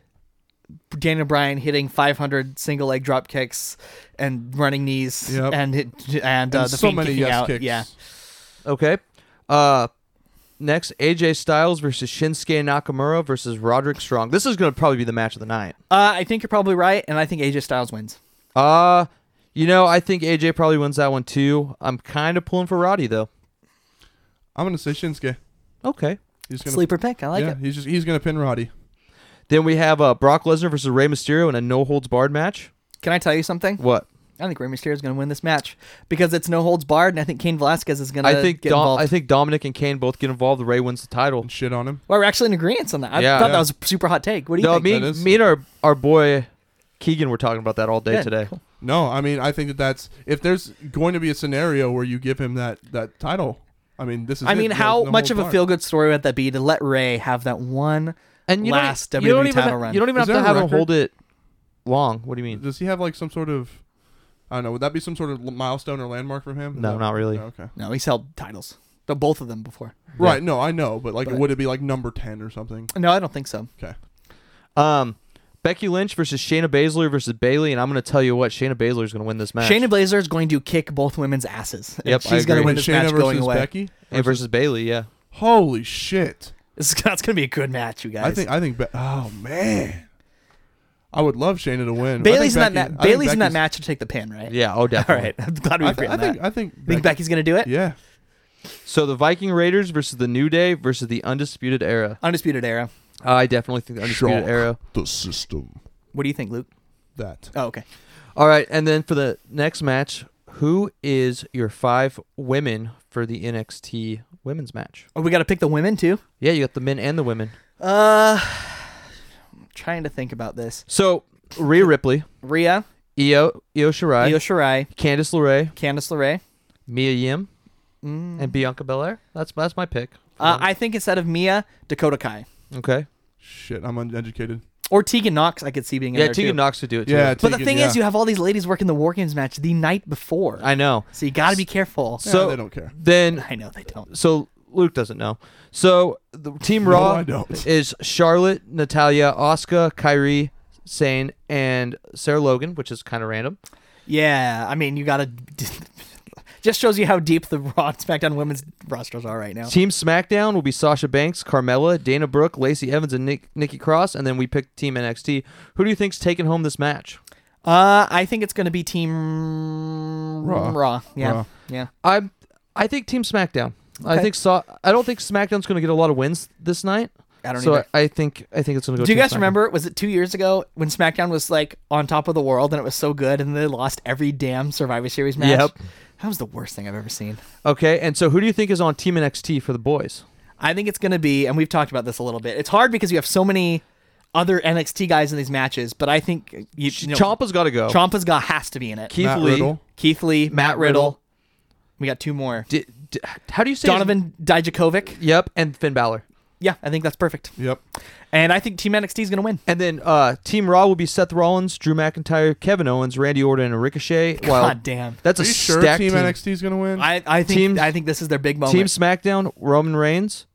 S3: Daniel Bryan hitting 500 single leg drop kicks and running knees
S5: Yep.
S3: and hit, and, uh,
S5: and
S3: the
S5: so
S3: Fiend
S5: many
S3: kicking
S5: yes
S3: out.
S5: kicks.
S3: Yeah,
S4: Okay. Uh, Next, AJ Styles versus Shinsuke Nakamura versus Roderick Strong. This is going to probably be the match of the night.
S3: Uh, I think you're probably right, and I think AJ Styles wins.
S4: Uh, you know, I think AJ probably wins that one too. I'm kind of pulling for Roddy though.
S5: I'm gonna say Shinsuke.
S4: Okay.
S5: He's gonna
S3: Sleeper pick. I like
S5: yeah,
S3: it.
S5: he's just he's gonna pin Roddy.
S4: Then we have uh, Brock Lesnar versus Rey Mysterio in a no holds barred match.
S3: Can I tell you something?
S4: What?
S3: I think Rey Mysterio is going to win this match because it's no holds barred, and I think Kane Velasquez is going to
S4: I think
S3: get
S4: Dom-
S3: involved.
S4: I think Dominic and Kane both get involved. Ray wins the title.
S5: And shit on him.
S3: well, we're actually in agreement on that. I
S4: Yeah.
S3: thought
S4: Yeah.
S3: that was a super hot take. What do you
S4: No,
S3: think?
S4: me,
S5: that is-
S4: me and our our boy Keegan were talking about that all day
S3: Yeah,
S4: today.
S3: cool.
S5: No, I mean I think that that's if there's going to be a scenario where you give him that that title. I mean this is.
S3: I
S5: it.
S3: mean,
S5: No-
S3: how
S5: no
S3: much of
S5: holds
S3: a
S5: barred.
S3: feel good story would that be to let Ray have that one?
S4: And you
S3: Last
S4: don't, you don't
S3: WWE
S4: even
S3: title
S4: ha-
S3: run.
S4: you don't even
S5: Is
S4: have to
S5: there a
S4: have him
S5: record?
S4: hold it long. What do you mean?
S5: Does he have like some sort of? I don't know. Would that be some sort of l- milestone or landmark from him?
S4: No, not really.
S5: No, okay.
S3: No, he's held titles, the both of them before.
S5: Right. No, I know, but like,
S3: But-
S5: would it be like number ten or something?
S3: No, I don't think so.
S5: Okay.
S4: Um, Becky Lynch versus Shayna Baszler versus Bailey, and I'm going to tell you what Shayna Baszler is going to win this match.
S3: Shayna Blazer is going to kick both women's asses. and
S4: Yep, I
S3: she's going to
S4: agree.
S3: win
S5: Wait,
S3: this
S5: Shayna
S3: match
S5: versus
S3: going away.
S5: Becky.
S4: and versus Bailey, yeah.
S5: Holy shit!
S3: This is, that's going to be a good match, you guys.
S5: I think I think. Be- oh man, I would love Shayna to win. I think
S3: Bailey's in that.
S5: Becky-
S3: ma-
S5: I think
S3: Bailey's in that
S5: Becky's-
S3: match to take the pin, right?
S4: Yeah, oh
S3: All
S4: definitely.
S3: right. I'm glad we
S5: I,
S3: agree
S5: th-
S3: on
S5: I think
S3: that.
S5: I think.
S3: think Becky's going to do it.
S5: Yeah.
S4: So the Viking Raiders versus the New Day versus the Undisputed Era.
S3: Undisputed era.
S4: I definitely think the Undisputed
S5: Shock
S4: Era.
S5: The system.
S3: What do you think, Luke?
S5: That.
S3: Oh, okay.
S4: All right, and then for the next match, who is your five women for the NXT women's match?
S3: Oh, we got to pick the women too.
S4: Yeah, you got the men and the women.
S3: Uh, I'm trying to think about this.
S4: So Rhea Ripley,
S3: Rhea,
S4: Io Io Shirai,
S3: Io Shirai,
S4: Candice LeRae,
S3: Candice LeRae.
S4: Mia Yim,
S5: Mm. Hmm.
S4: and Bianca Belair. That's that's my pick. Um,
S3: Uh, I think instead of Mia, Dakota Kai
S4: Okay.
S5: Shit, I'm uneducated.
S3: or Tegan Knox, I could see being in
S4: Yeah,
S3: there,
S4: Tegan
S3: too.
S4: Knox would do it. Too.
S5: Yeah.
S3: But the
S5: Tegan,
S3: thing is,
S5: yeah.
S3: you have all these ladies working the War Games match the night before,
S4: I know.
S3: so you got to be careful.
S4: So
S5: they don't care.
S4: Then
S3: I know they don't.
S4: so Luke doesn't know. So the Team Raw
S5: I don't.
S4: is Charlotte, Natalia, Oscar, Kyrie, Sane, and Sarah Logan, which is kind of random.
S3: Yeah, I mean, you got to. Just shows you how deep the Raw and SmackDown women's rosters are right now.
S4: Team SmackDown will be Sasha Banks, Carmella, Dana Brooke, Lacey Evans, and Nick, Nikki Cross, and then we pick Team NXT. Who do you think's taking home this match?
S3: Uh, I think it's going to be Team
S5: Raw.
S3: Raw. Yeah,
S5: Raw.
S3: yeah.
S4: I'm, I think Team SmackDown. I
S3: Okay.
S4: think so. I don't think SmackDown's going to get a lot of wins this night.
S3: I don't
S4: so
S3: either.
S4: I, I think I think it's going to go.
S3: Do you
S4: Team
S3: guys
S4: SmackDown.
S3: remember? Was it two years ago when SmackDown was like on top of the world and it was so good and they lost every damn Survivor Series match?
S4: Yep.
S3: That was the worst thing I've ever seen.
S4: Okay, and so who do you think is on Team NXT for the boys?
S3: I think it's going to be, and we've talked about this a little bit. It's hard because you have so many other NXT guys in these matches, but I think you, you know,
S4: Ciampa's got to go.
S3: Ciampa's got has to be in it.
S4: Keith
S5: Matt
S4: Lee.
S5: Riddle.
S3: Keith Lee, Matt, Riddle.
S4: Riddle.
S3: We got two more.
S4: Di- di- how do you say his-
S3: Donovan Dijakovic.
S4: Yep, and Finn Balor.
S3: Yeah, I think that's perfect.
S5: Yep.
S3: And I think Team NXT is going to win.
S4: And then uh, Team Raw will be Seth Rollins, Drew McIntyre, Kevin Owens, Randy Orton, and Ricochet. Wow,
S3: God damn.
S4: that's
S5: Are
S4: a
S5: you sure
S4: stacked
S5: Team
S4: team.
S5: NXT is gonna win?
S3: I, I think
S4: Team-
S3: I think this is their big moment.
S4: Team SmackDown: Roman Reigns,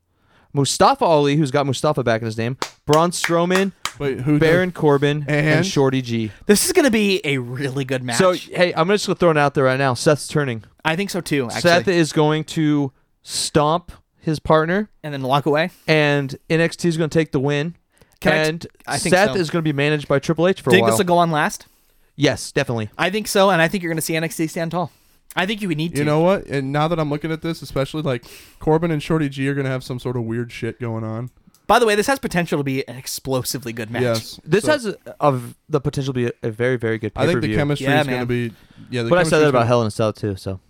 S4: Mustafa Ali, who's got Mustafa back in his name, Braun Strowman,
S5: Wait, who?
S4: Baron Corbin, and,
S5: And?
S4: Shorty G.
S3: This is going to be a really good match.
S4: So hey, I'm just gonna throw it out there right now. Seth's turning.
S3: I think so too. Actually,
S4: Seth is going to stomp his partner,
S3: and then walk away.
S4: and NXT is gonna take the win.
S3: Can I t-
S4: and
S3: I think
S4: Seth
S3: so.
S4: is gonna be managed by Triple H for
S3: Do you
S4: a
S3: think
S4: while.
S3: this will go on last?
S4: yes, definitely.
S3: I think so, and I think you're going to see NXT stand tall. I think you would need to.
S5: You know what? And now that I'm looking at this, especially like Corbin and Shorty G are gonna have some sort of weird shit going on.
S3: By the way, this has potential to be an explosively good match.
S5: Yes.
S4: This
S5: So,
S4: has a, of the potential to be a, a very, very good.
S5: I think the
S4: pay-per-view.
S5: chemistry
S3: Yeah,
S5: is gonna
S3: man.
S5: be. Yeah. The
S4: But I said
S5: chemistry's
S4: that about
S5: gonna-
S4: Hell in a Cell too. So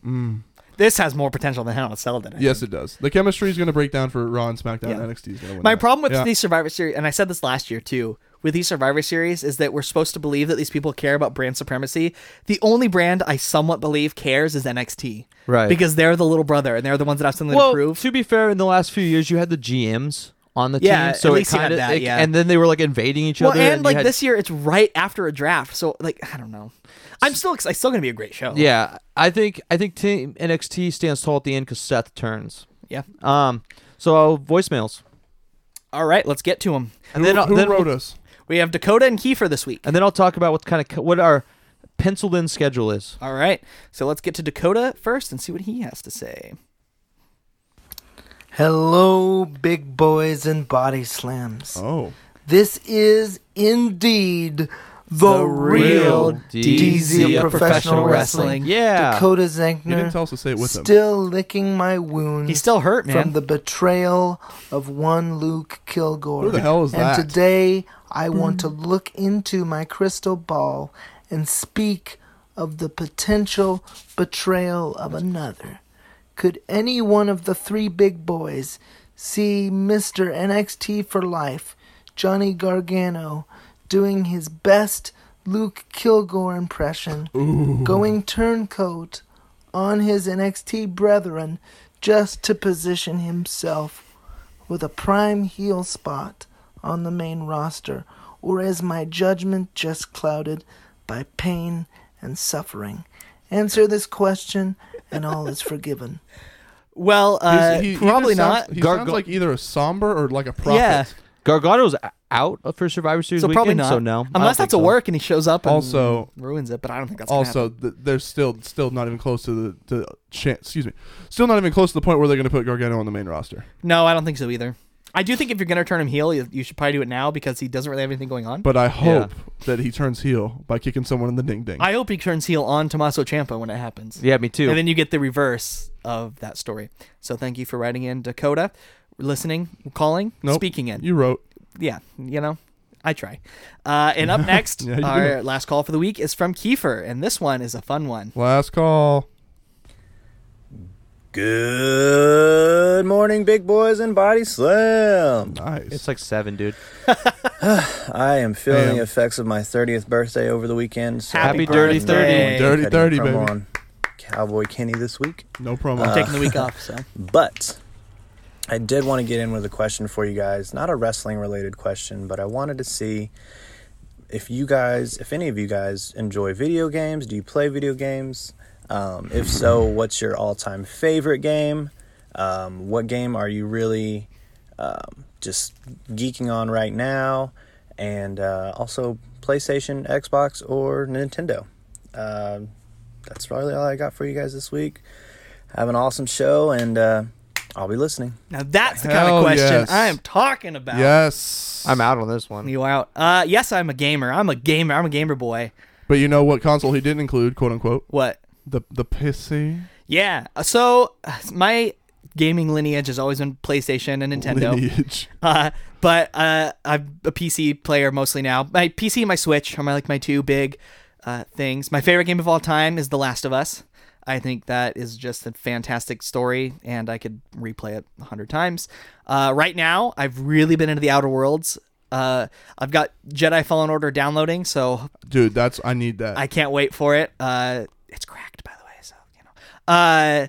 S3: This has more potential than Hell in a Cell did. I
S5: Yes,
S3: think.
S5: it does. The chemistry is gonna break down for Raw and SmackDown.
S3: Yeah.
S5: NXT is gonna win.
S3: My
S5: that.
S3: problem with
S5: Yeah.
S3: these Survivor Series, and I said this last year too, with these Survivor Series is that we're supposed to believe that these people care about brand supremacy. The only brand I somewhat believe cares is NXT.
S4: Right.
S3: Because they're the little brother and they're the ones that have something
S4: well,
S3: to prove.
S4: to be fair, in the last few years, you had the GMs on the
S3: Yeah,
S4: team, so
S3: at
S4: it
S3: least you had
S4: kinda-
S3: that,
S4: it-
S3: yeah.
S4: and then they were like invading each
S3: Well,
S4: other.
S3: and,
S4: you
S3: like
S4: had-
S3: this year, it's right after a draft, so like I don't know. I'm still ex- it's still gonna be a great show.
S4: yeah, I think I think team NXT stands tall at the end because Seth turns.
S3: yeah.
S4: Um, so voicemails,
S3: All right, let's get to them.
S4: and then I'll-
S5: Who
S4: then
S5: wrote
S4: we'll-
S5: us?
S3: We have Dakota and Kiefer this week.
S4: and then I'll talk about what kind of what our penciled in schedule is.
S3: All right, so let's get to Dakota first and see what he has to say.
S6: Hello, big boys and body slams.
S5: Oh.
S6: This is indeed the, real DZ of professional wrestling.
S4: Yeah.
S6: Dakota
S5: You didn't tell
S6: Zankner
S5: us to say it with him.
S6: still licking my wounds.
S3: He's still hurt, man.
S6: From the betrayal of one Luke Kilgore.
S5: Who the hell is
S6: and
S5: that? Hmm.
S6: today I want to look into my crystal ball and speak of the potential betrayal of another. Could any one of the three big boys see Mr. NXT for life, Johnny Gargano, doing his best Luke Kilgore impression, going turncoat on his NXT brethren just to position himself with a prime heel spot on the main roster, or is my judgment just clouded by pain and suffering? Answer this question, and all is forgiven.
S3: Well, uh,
S5: He's- he either
S3: probably
S5: sounds-
S3: not.
S5: He
S4: Gargo-
S5: sounds like either a somber or like a prophet.
S3: Yeah.
S4: Gargano's out for Survivor Series
S3: So
S4: weekend,
S3: probably not.
S4: so no. I don't
S3: Unless
S4: think
S3: that's a
S4: so.
S3: work and he shows up and
S5: Also-
S3: ruins it, but I don't think that's gonna
S5: Also, th- they're still still not even close to the, the chance. Excuse me, still not even close to the point where they're going to put Gargano on the main roster.
S3: happen. No, I don't think so either. I do think if you're gonna turn him heel, you, you should probably do it now because he doesn't really have anything going on.
S5: But I hope that he turns heel by kicking someone in the ding ding.
S3: I hope he turns heel on Tommaso Ciampa when it happens.
S4: Yeah, me too.
S3: And then you get the reverse of that story. So thank you for writing in, Dakota, listening, calling,
S5: Nope.
S3: speaking in.
S5: You wrote
S3: yeah, you know, I try. Uh, and up next,
S5: Yeah, you
S3: our
S5: do.
S3: last call for the week is from Kiefer, and this one is a fun one.
S5: last call.
S7: Good morning, big boys and body slam.
S5: Nice.
S4: It's like seven, dude.
S7: I am feeling
S5: Damn.
S7: the effects of my 30th birthday over the weekend. So
S3: Happy
S4: Happy Dirty
S3: birthday.
S5: Dirty
S4: Thirty.
S5: 30,
S7: cutting promo
S5: baby.
S7: On Cowboy Kenny this week.
S5: no promo.
S3: I'm taking the week off, so
S7: But I did want to get in with a question for you guys. Not a wrestling related question, but I wanted to see if you guys, if any of you guys enjoy video games. Do you play video games? Um, if so, what's your all time favorite game? Um, what game are you really um, just geeking on right now? And uh, also PlayStation, Xbox, or Nintendo. Uh, that's probably all I got for you guys this week. Have an awesome show, and uh, I'll be listening.
S3: now that's the kind
S5: Hell
S3: of question
S5: yes.
S3: I am talking about.
S5: yes,
S4: I'm out on this one.
S3: You out? Uh, yes, I'm a gamer. I'm a gamer. I'm a gamer boy.
S5: But you know what console he didn't include, quote unquote,
S3: What?
S5: the the PC
S3: Yeah. So uh, my gaming lineage has always been PlayStation and Nintendo.
S5: lineage.
S3: Uh, but uh, I'm a PC player mostly now. My PC and my Switch are my like my two big uh, things. My favorite game of all time is The Last of Us. I think that is just a fantastic story, and I could replay it a hundred times. Uh, right now, I've really been into the Outer Worlds. Uh, I've got Jedi Fallen Order downloading, so
S5: Dude, that's I need that.
S3: I can't wait for it. Uh, it's cracked, by the way, so you know. Uh,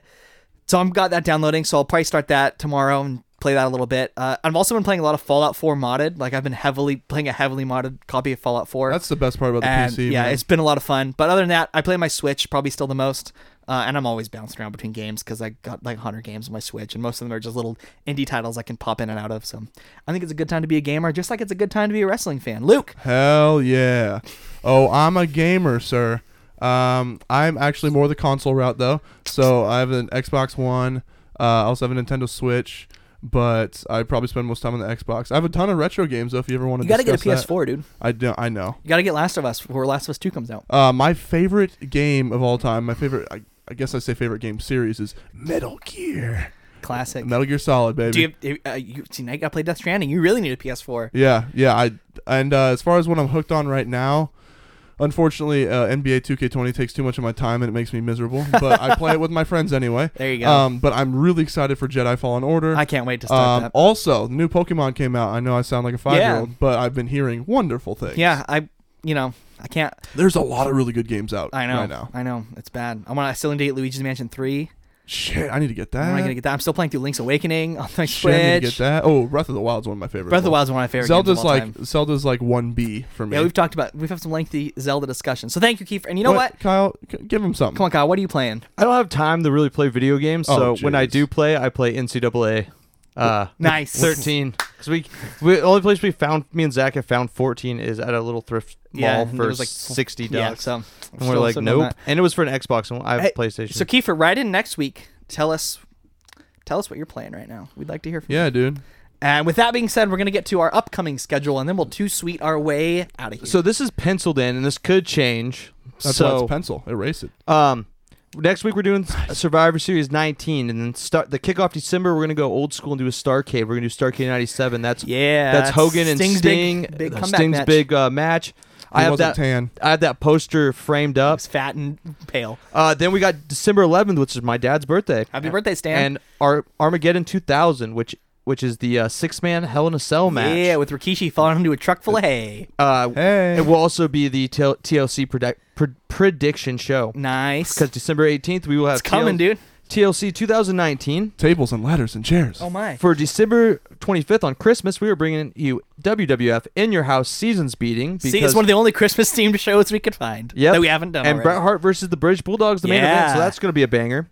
S3: so I'm got that downloading, so I'll probably start that tomorrow and play that a little bit. Uh, I've also been playing a lot of Fallout 4 modded. Like I've been heavily playing a heavily modded copy of Fallout 4.
S5: that's the best part about the
S3: and
S5: PC.
S3: yeah,
S5: man.
S3: it's been a lot of fun. But other than that, I play my Switch probably still the most. Uh, and I'm always bouncing around between games because I got like 100 games on my Switch, and most of them are just little indie titles I can pop in and out of. So I think it's a good time to be a gamer, just like it's a good time to be a wrestling fan. Luke,
S5: Hell yeah. Oh, I'm a gamer, sir. Um, I'm actually more the console route though. So I have an Xbox One. Uh, I also have a Nintendo Switch, but I probably spend most time on the Xbox. I have a ton of retro games though. If you ever want to,
S3: you got to get a
S5: discuss that.
S3: PS4, dude.
S5: I do. I know.
S3: You got to get Last of Us before Last of Us 2 comes out.
S5: Uh, my favorite game of all time. My favorite. I, I guess I say favorite game series is Metal Gear.
S3: Classic.
S5: Metal Gear Solid, baby.
S3: Do you, have- uh, you see now you gotta play Death Stranding. You really need a PS4.
S5: Yeah, yeah. I and uh, as far as what I'm hooked on right now, unfortunately, uh, NBA 2K20 takes too much of my time and it makes me miserable. But I play it with my friends anyway.
S3: There you go.
S5: Um, but I'm really excited for Jedi Fallen Order.
S3: I can't wait to start
S5: Um,
S3: that.
S5: also, the new Pokemon came out. I know I sound like a five year old, but I've been hearing wonderful things.
S3: Yeah, I you know, I can't
S5: there's a lot of really good games out.
S3: I know.
S5: Right now.
S3: I know. It's bad. I want I still need to get Luigi's Mansion 3.
S5: Shit, I need to get that.
S3: I'm not gonna get that. I'm still playing through Link's Awakening on my
S5: Shit, I need to
S3: Switch.
S5: get that. Oh, Breath of the Wild's one of my favorites.
S3: Breath of the Wild's one of my favorite
S5: Zelda's
S3: games of all
S5: like
S3: time.
S5: Zelda's like one B for me.
S3: Yeah, we've talked about we've had some lengthy Zelda discussion. So thank you, Keith. And you know what?
S5: Kyle? C- give him something.
S3: Come on, Kyle, what are you playing?
S4: I don't have time to really play video games, so
S5: Oh,
S4: when I
S5: jeez.
S4: do play, I play NCAA. Uh,
S3: Nice.
S4: Thirteen, because we, we the only place we found me and Zach have found fourteen is at a little thrift
S3: Yeah,
S4: mall
S3: and there
S4: for
S3: was, like,
S4: sixty
S3: Yeah,
S4: dollars.
S3: so
S4: and we're like, nope. And it was for an Xbox, and I have a
S3: Hey,
S4: PlayStation.
S3: So Kiefer, write in next week. Tell us tell us what you're playing right now. We'd like to hear from you.
S5: Yeah, dude.
S3: And with that being said, we're going to get to our upcoming schedule and then we'll two sweet our way out of here.
S4: So this is penciled in, and this could change.
S5: That's why
S4: so
S5: it's pencil. Erase it.
S4: um, next week we're doing Survivor Series 19, and then start the kickoff December. We're gonna go old school and do a Starcade. We're gonna do Starcade '97. That's
S3: yeah.
S4: that's Hogan and
S3: Sting's
S4: Sting.
S3: Big, big
S4: uh,
S3: comeback
S4: Sting's
S3: match.
S4: big uh, match. I
S5: He
S4: have
S5: wasn't
S4: that.
S5: tan.
S4: I have that poster framed up.
S3: He's fat and pale.
S4: Uh, then we got December 11th, which is my dad's birthday.
S3: Happy birthday, Stan.
S4: And our Armageddon 2000, which which is the uh, six man Hell in a Cell match.
S3: Yeah, with Rikishi falling into a truck full of hay.
S4: Uh,
S5: Hey.
S4: It will also be the tel- TLC predict- pred- prediction show.
S3: Nice.
S4: Because December 18th, we will have
S3: It's coming, dude.
S4: TLC 2019.
S5: Tables and ladders and chairs.
S3: Oh my.
S4: For December 25th on Christmas, we are bringing you WWF In Your House Seasons Beating. Because,
S3: See, it's one of the only Christmas themed shows we could find
S4: Yep.
S3: that we haven't done.
S4: And
S3: already.
S4: Bret Hart versus the British Bulldogs, the main event.
S3: Yeah.
S4: So that's going to be a banger.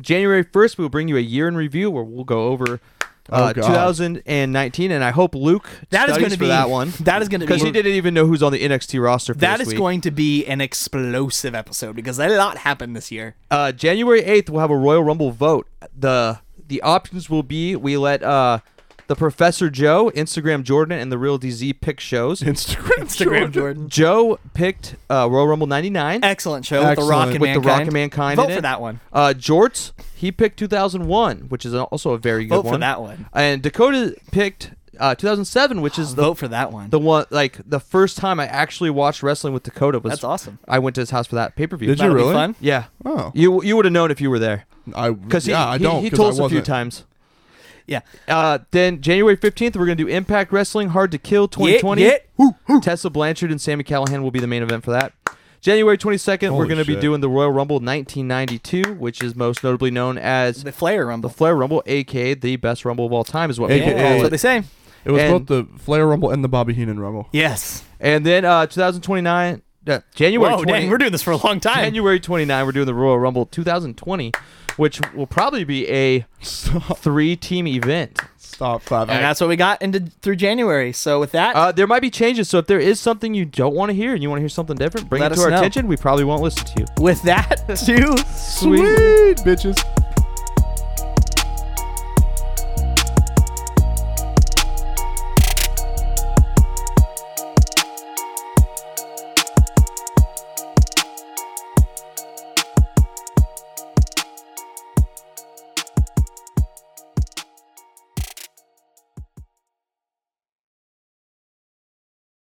S4: January 1st, we will bring you a year in review where we'll go over uh,
S5: Oh, God.
S4: 2019. And I hope Luke
S3: That is
S4: studies
S3: gonna
S4: for
S3: be-
S4: that one.
S3: that is gonna
S4: Because
S3: be-
S4: he didn't even know who's on the NXT roster for
S3: That
S4: this
S3: is
S4: week.
S3: going to be an explosive episode because a lot happened this year.
S4: Uh, January 8th, we'll have a Royal Rumble vote. The the options will be we let uh, the Professor Joe, Instagram Jordan, and the Real DZ pick shows.
S5: Instagram.
S3: Instagram Jordan.
S4: Joe picked uh, Royal Rumble 99
S3: Excellent show with the
S5: Excellent.
S3: Rock and
S4: with
S3: Mankind.
S4: The Rock and Mankind.
S3: Vote
S4: in
S3: for
S4: it.
S3: that one.
S4: Uh, Jorts, he picked 2001, which is also a very good
S3: Vote
S4: one.
S3: for that one.
S4: And Dakota picked uh, 2007, which is the
S3: Vote for that one.
S4: the one like the first time I actually watched wrestling with Dakota was
S3: That's awesome.
S4: I went to his house for that pay per view.
S5: Did you
S3: That'll
S5: really?
S3: be fun.
S4: Yeah.
S5: Oh.
S4: You you would have known if you were there.
S5: I
S4: Because
S5: yeah,
S4: he,
S5: I
S4: he-
S5: don't.
S4: He
S5: 'cause
S4: told
S5: I
S4: us a few
S5: wasn't.
S4: times.
S3: Yeah.
S4: Uh, then January 15th, we're going to do Impact Wrestling Hard to Kill 2020.
S3: yeah.
S4: Tessa Blanchard and Sammy Callahan will be the main event for that. January 22nd, we're
S5: Holy
S4: going to be
S5: shit.
S4: doing the Royal Rumble 1992, which is most notably known as
S3: The Flair Rumble.
S4: the Flair Rumble, aka the best Rumble of all time, is what
S5: AKA
S4: people
S3: Yeah, that's
S4: call
S3: what
S4: it.
S3: they say.
S5: It was both
S4: And-
S5: the Flair Rumble and the Bobby Heenan Rumble.
S3: Yes.
S4: And then uh, 2029, uh, January
S3: Whoa,
S4: 20
S3: dang, we're doing this for a long time.
S4: January 29, we're doing the Royal Rumble 2020, which will probably be a
S5: Stop.
S4: three-team event.
S5: Stop. Five.
S3: and that's what we got into through January. So with that,
S4: Uh, there might be changes, so if there is something you don't want to hear and you want to hear something different, bring
S3: Let us
S4: it to our
S3: know.
S4: attention. We probably won't listen to you.
S3: with that, too.
S5: Sweet bitches.